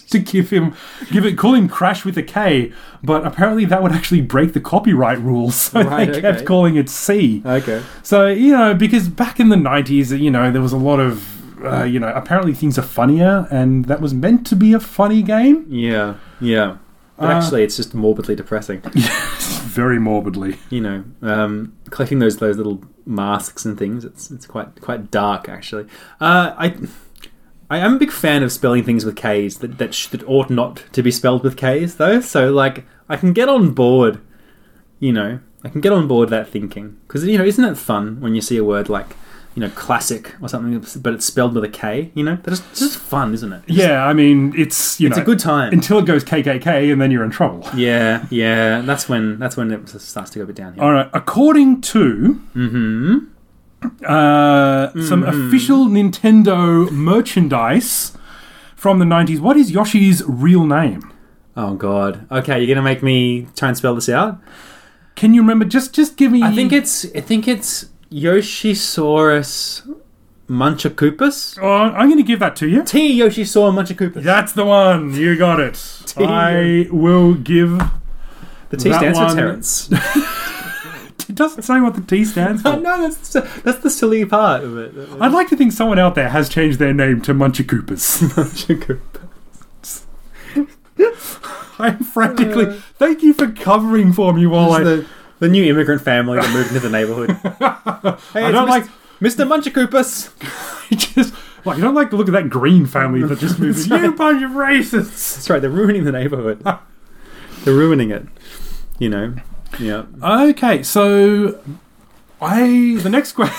A: to give him, give it, call him Crash with a K, but apparently that would actually break the copyright rules, so
B: Right,
A: they kept
B: okay.
A: calling it C.
B: okay.
A: So you know, because back in the nineties, you know, there was a lot of. Uh, you know, apparently things are funnier, and that was meant to be a funny game.
B: Yeah. Yeah. But actually, it's just morbidly depressing.
A: Very morbidly.
B: You know, um, collecting those those little masks and things. It's it's quite quite dark actually. Uh, I. I am a big fan of spelling things with K's that that, sh- that ought not to be spelled with K's though. So like I can get on board, you know, I can get on board that thinking because you know isn't it fun when you see a word like you know classic or something but it's spelled with a K? You know, that's just, just fun, isn't it?
A: Yeah, I mean, it's you
B: It's
A: know,
B: a good time.
A: until it goes KKK, and then you're in trouble.
B: yeah, yeah. That's when that's when it starts to go a bit downhill. Mm-hmm.
A: All right. According to uh, some official Nintendo merchandise from the '90s, what is Yoshi's real name?
B: Oh god. Okay, you're gonna make me try and spell this out.
A: Can you remember? Just, just give me.
B: I think it's I think it's Yoshisaurus Munchakoopus.
A: Oh, I'm going to give that to you.
B: T Yoshisaur Munchakoopus.
A: That's the one. You got it. I will give.
B: the T
A: that
B: stands
A: one-
B: for Terrence.
A: It doesn't say what the T stands
B: no,
A: for.
B: that's that's the silly part of it.
A: I'd like to think someone out there has changed their name to Munchie Coopers.
B: Munchakoopus.
A: I'm frantically. thank you for covering for me while I.
B: Uh. the, the new immigrant family that moved into the neighborhood. hey,
A: I
B: it's
A: don't like.
B: Mr. Munchakoopus.
A: just like you don't like the look of that green family that just moved. in. You bunch of racists.
B: That's right, they're ruining the neighborhood. they're ruining it. You know. Yeah.
A: Okay, so I the next question.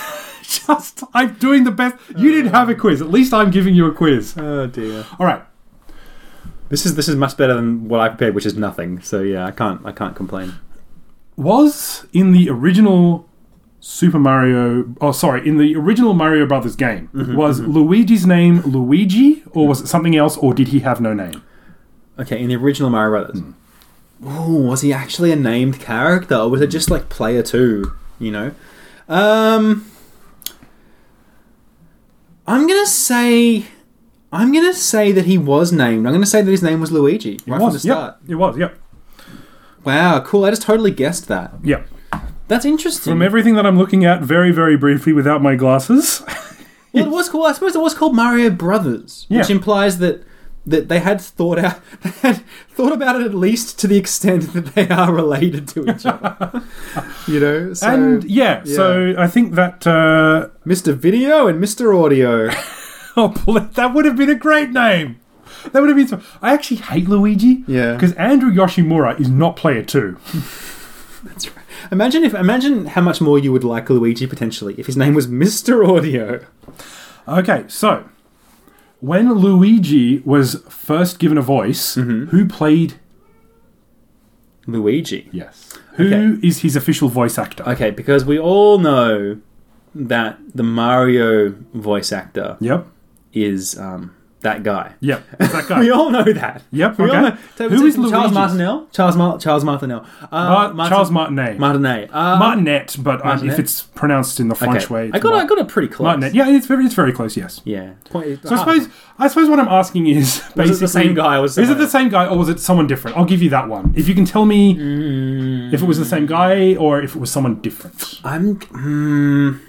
A: Just I'm doing the best. You didn't have a quiz. At least I'm giving you a quiz.
B: Oh dear.
A: All right.
B: This is this is much better than what I prepared, which is nothing. So yeah, I can't I can't complain.
A: was in the original Super Mario, oh sorry, in the original Mario Brothers game,
B: Mm-hmm,
A: was Luigi's name Luigi, or was it something else, or did he have no name?
B: Okay, in the original Mario Brothers,
A: Hmm.
B: ooh, was he actually a named character, or was it just like player two? You know, um, I'm gonna say, I'm gonna say that he was named. I'm gonna say that his name was Luigi
A: It
B: right
A: was,
B: from the start.
A: Yep, it was, yep,
B: Wow, cool! I just totally guessed that.
A: yep.
B: That's interesting.
A: From everything that I'm looking at, very, very briefly, without my glasses,
B: Well, it was called. I suppose it was called Mario Brothers, which
A: Yeah.
B: implies that that they had thought out, they had thought about it at least to the extent that they are related to each other. you know, so
A: and yeah, so I think that uh,
B: Mr. Video and Mr. Audio.
A: oh, boy, that would have been a great name. That would have been. So, I actually hate Luigi.
B: Yeah.
A: Because Andrew Yoshimura is not player two.
B: That's right. Imagine if imagine how much more you would like Luigi potentially if his name was Mr. Audio.
A: Okay, so when Luigi was first given a voice,
B: Mm-hmm.
A: who played?
B: Luigi.
A: Yes. who is
B: Okay.
A: his official voice actor?
B: Okay, because we all know that the Mario voice actor
A: Yep.
B: is um, that guy.
A: Yep. It's that
B: We
A: guy.
B: all know that.
A: Yep,
B: We all
A: okay.
B: know. So
A: Who
B: it's-
A: is
B: it's Charles
A: Luigi's?
B: Martinet? Charles Mar- Charles Martinet. Uh,
A: Mar-
B: Martin-
A: Charles Martinet.
B: Martinet. Uh,
A: Martinet, but um,
B: Martinet?
A: if it's pronounced in the
B: okay.
A: French way, it's
B: I got.
A: Mar-
B: I got it pretty close.
A: Martinet. Yeah, it's very, it's very close. Yes.
B: Yeah. Point, uh,
A: So I suppose, I suppose what I'm asking is basically,
B: Ah. it the same guy or
A: is it
B: someone
A: the same guy, or was it someone different? I'll give you that one. If you can tell me
B: Mm.
A: if it was the same guy or if it was someone different.
B: I'm. Mm,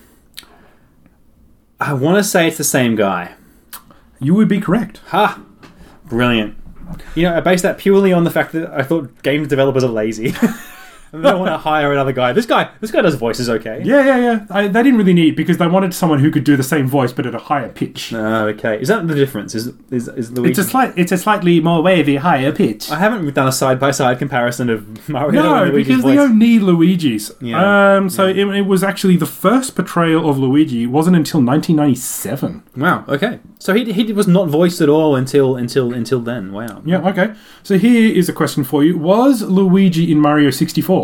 B: I want to say it's the same guy.
A: You would be correct.
B: Ha! Brilliant. You know, I based that purely on the fact that I thought game developers are lazy. And they don't want to hire another guy. This guy, this guy does voices okay.
A: Yeah, yeah, yeah. I, they didn't really need because they wanted someone who could do the same voice but at a higher pitch.
B: Ah, okay. Is that the difference? Is is is Luigi?
A: It's a slight, it's a slightly more wavy, higher pitch.
B: I haven't done a side by side comparison of Mario.
A: No,
B: and Luigi's
A: because they
B: voice.
A: don't need Luigi's.
B: Yeah.
A: Um, so It, it was actually the first portrayal of Luigi wasn't until 1997.
B: Wow. Okay. So he he was not voiced at all until until until then. Wow.
A: Yeah, okay. So here is a question for you: Was Luigi in Mario 64?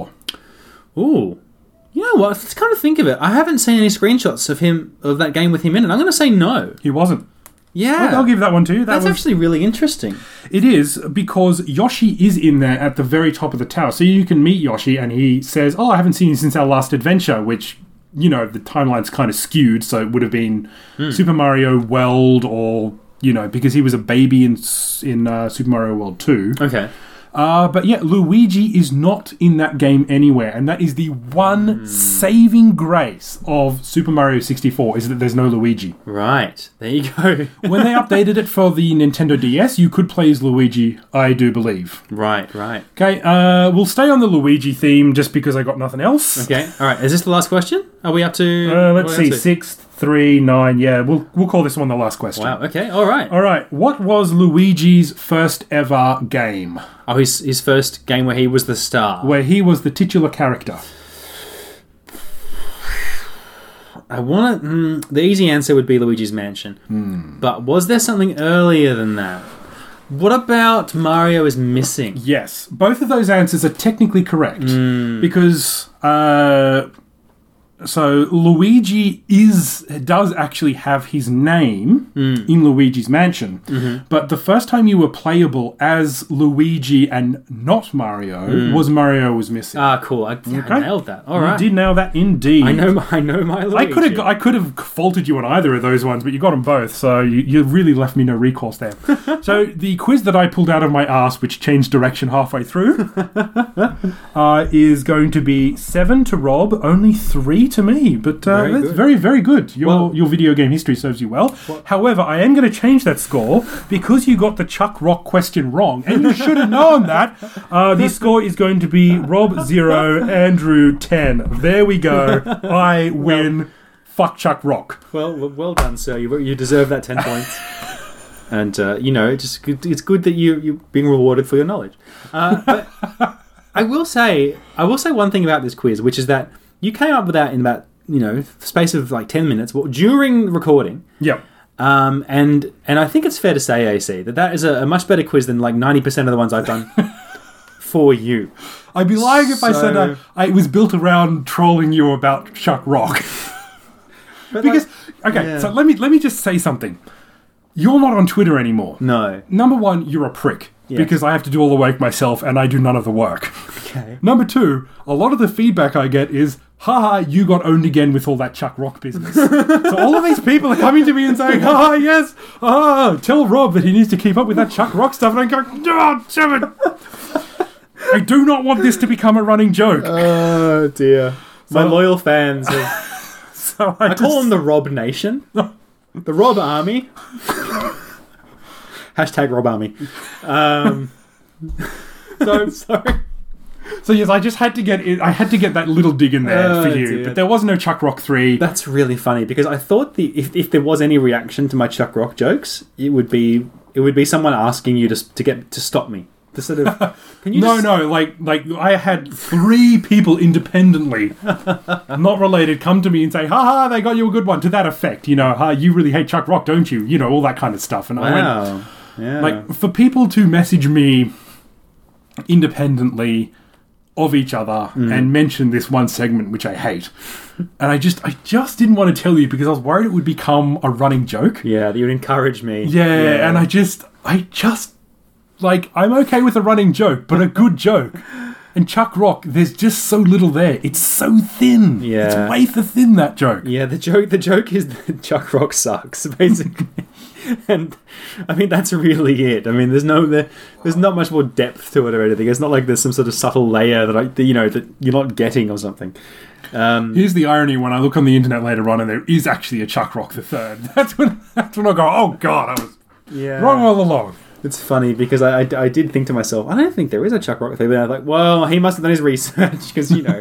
B: Ooh. You know what? Let's kind of think of it. I haven't seen any screenshots of him of that game with him in it. I'm going to say no.
A: He wasn't.
B: Yeah.
A: I'll give that one to you. That
B: That's
A: was,
B: actually really interesting.
A: It is because Yoshi is in there at the very top of the tower. So you can meet Yoshi and he says, Oh, I haven't seen you since our last adventure, which, you know, the timeline's kind of skewed. So it would have been Super Mario World or, you know, because he was a baby in, s- in uh, Super Mario World 2.
B: Okay.
A: Uh, but yeah, Luigi is not in that game anywhere. And that is the one saving grace of Super Mario 64 is that there's no Luigi.
B: Right. There you go.
A: when they updated it for the Nintendo DS, you could play as Luigi, I do believe.
B: right. Right.
A: Okay, uh, we'll stay on the Luigi theme just because I got nothing else.
B: Okay. All right. Is this the last question? Are we up to?
A: Uh,
B: what are
A: let's
B: we
A: see,
B: up to?
A: six, three, nine. Yeah, we'll we'll call this one the last question.
B: Wow. Okay. All right.
A: All right, what was Luigi's first ever game
B: Oh, his his first game where he was the star.
A: where he was the titular character?
B: I want to. Mm, the easy answer would be Luigi's Mansion.
A: Hmm.
B: But was there something earlier than that? What about Mario is missing?
A: Yes, both of those answers are technically correct
B: Hmm.
A: because uh, so Luigi is does actually have his name
B: Hmm.
A: in Luigi's Mansion,
B: Mm-hmm.
A: but the first time you were playable as Luigi and not Mario was Mario was missing.
B: Hmm. Ah, cool. I, yeah, I
A: Okay.
B: nailed that. All
A: you
B: right.
A: did nail that indeed.
B: I know. my- I know my Luigi.
A: I could have I could have faulted you on either of those ones, but you got them both, so you, you really left me no recourse there. so the quiz that I pulled out of my ass, which changed direction halfway through, uh, is going to be seven to Rob, only three to me. But uh,
B: Very
A: that's
B: good.
A: very very good. Your
B: Well-
A: your video game history serves you well. However, I am going to change that score because you got the Chuck Rock question wrong, and you should have known that. Uh, the score is going to be Rob zero, Andrew ten. There we go. I win. Fuck Chuck Rock.
B: Well, well, well done, sir. You you deserve that ten points. And uh, you know, it's just good, it's good that you you're being rewarded for your knowledge. Uh, but I will say, I will say one thing about this quiz, which is that you came up with that in about you know space of like ten minutes well, during recording.
A: Yep.
B: Um, and and I think it's fair to say, AC, that that is a, a much better quiz than like ninety percent of the ones I've done for you.
A: I'd be lying if I said
B: So-
A: I, I it was built around trolling you about Chuck Rock.
B: But
A: because
B: like-
A: okay,
B: yeah.
A: so let me let me just say something. You're not on Twitter anymore.
B: no,
A: Number one, you're a prick
B: Yeah.
A: because I have to do all the work myself and I do none of the work.
B: okay,
A: Number two, a lot of the feedback I get is, haha, you got owned again with all that Chuck Rock business. so all of these people are coming to me and saying, haha, yes, ah, tell Rob that he needs to keep up with that Chuck Rock stuff. And I'm going, oh, damn it. I do not want this to become a running joke.
B: oh dear, my loyal fans. Have-
A: so I,
B: I
A: just,
B: call them the Rob Nation, the Rob Army. Hashtag Rob Army. Um, so sorry.
A: so yes, I just had to get it. I had to get that little dig in there
B: Oh,
A: for you.
B: dear.
A: But there was no Chuck Rock 3.
B: That's really funny because I thought the if, if there was any reaction to my Chuck Rock jokes, it would be it would be someone asking you to s- to get to stop me to sort of can you
A: no,
B: just-
A: no, like, like I had three people independently, not related, come to me and say, "Ha ha, they got you a good one." To that effect, you know, "Ha, you really hate Chuck Rock, don't you?" You know, all that kind of stuff. And I went,
B: wow yeah
A: like, for people to message me independently of each other
B: Mm.
A: and mention this one segment which I hate, and I just, I just didn't want to tell you because I was worried it would become a running joke.
B: yeah you would encourage me
A: Yeah, and I just, I just, like, I'm okay with a running joke, but a good joke. And Chuck Rock, there's just so little there. It's so thin.
B: Yeah.
A: It's wafer thin, that joke.
B: Yeah, the joke the joke is that Chuck Rock sucks basically, and I mean that's really it. I mean, there's no there, there's not much more depth to it or anything. It's not like there's some sort of subtle layer that I that, you know that you're not getting or something. Um,
A: Here's the irony when I look on the internet later on and there is actually a Chuck Rock the third. That's when, that's when I go, oh god, I was
B: yeah,
A: wrong all along.
B: It's funny because I, I, I did think to myself, I don't think there is a Chuck Rock theory. But I was like, well, he must have done his research because you know,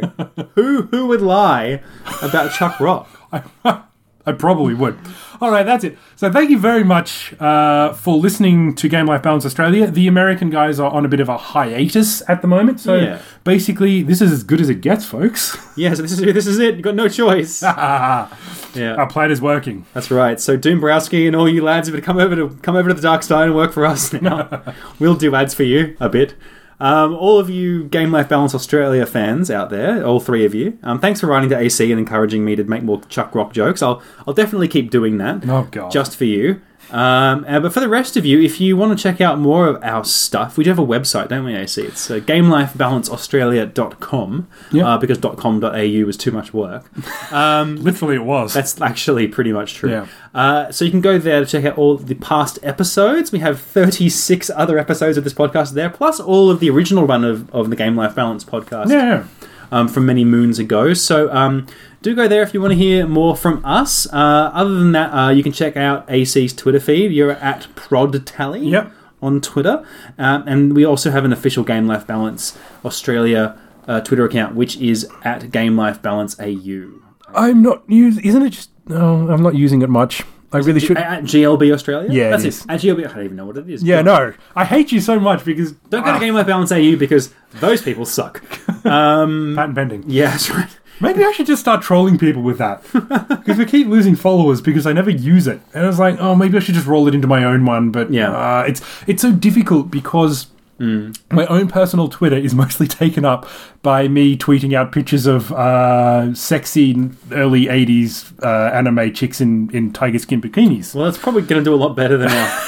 B: who who would lie about Chuck Rock?
A: I probably would. All right, that's it. So thank you very much uh, for listening to Game Life Balance Australia. The American guys are on a bit of a hiatus at the moment. So
B: Yeah.
A: basically, this is as good as it gets, folks.
B: Yeah, so this is this is it. You got no choice.
A: Our
B: yeah,
A: plan is working.
B: that's right. So Doom Browski and all you lads, but come over to come over to the Dark Side and work for us now. we'll do ads for you a bit. Um, all of you Game Life Balance Australia fans out there, all three of you, um, thanks for writing to AC and encouraging me to make more Chuck Rock jokes. I'll I'll definitely keep doing that.
A: Oh, God.
B: Just for you. Um, uh, but for the rest of you, if you want to check out more of our stuff, we do have a website, don't we, AC? It's uh, gamelifebalanceaustralia.com
A: Yeah.
B: uh, because .com.au was too much work. Um,
A: Literally, it was.
B: that's actually pretty much true.
A: Yeah.
B: Uh, so you can go there to check out all the past episodes. We have 36 other episodes of this podcast there, plus all of the original run of, of the Game Life Balance podcast
A: yeah.
B: um, from many moons ago. So um, do go there if you want to hear more from us. Uh, other than that, uh, you can check out AC's Twitter feed. You're at ProdTally
A: Yep.
B: on Twitter. Um, and we also have an official Game Life Balance Australia uh, Twitter account, which is at Game Life Balance AU.
A: I'm not using. Isn't it just? No, I'm not using it much. I really should.
B: At GLB Australia?
A: Yeah, it
B: That's
A: is.
B: it. At GLB, I don't even know what it is.
A: yeah, uh, no. I hate you so much because
B: Don't go to Game Life Balance AU because those people suck.
A: patent pending.
B: yeah, that's right.
A: Maybe I should just start trolling people with that because we keep losing followers because I never use it. And I was like, oh, maybe I should just roll it into my own one. But
B: Yeah. Mm.
A: uh, it's it's so difficult because. My own personal Twitter is mostly taken up by me tweeting out pictures of uh, sexy early '80s uh, anime chicks in, in tiger skin bikinis.
B: Well, that's probably going to do a lot better than our,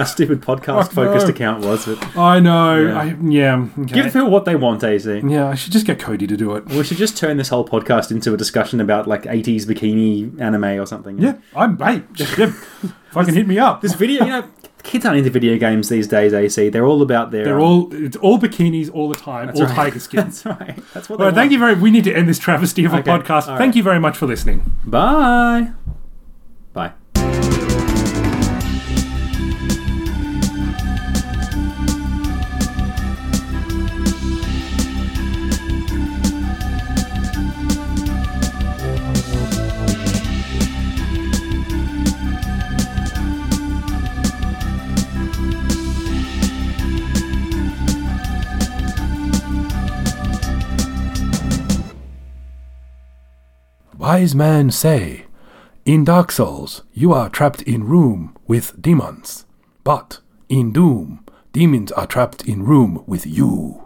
B: our stupid podcast focused
A: no.
B: account was. But
A: I know.
B: Yeah.
A: I, yeah. okay.
B: Give people what they want, AC.
A: Yeah, I should just get Cody to do it.
B: We should just turn this whole podcast into a discussion about like 80s bikini anime or something.
A: Yeah, I'm hey, yeah, fucking hit me up.
B: This video, you know, kids aren't into video games these days, AC. They're all about their.
A: They're all it's all bikinis all the time, all
B: right.
A: tiger skins.
B: That's right. That's
A: All
B: what they
A: right, thank you very. We need to end this travesty of a
B: Okay,
A: podcast.
B: all right.
A: Thank you very much for listening.
B: you. Bye. Bye.
A: Wise man say, in Dark Souls you are trapped in room with demons, but in Doom demons are trapped in room with you.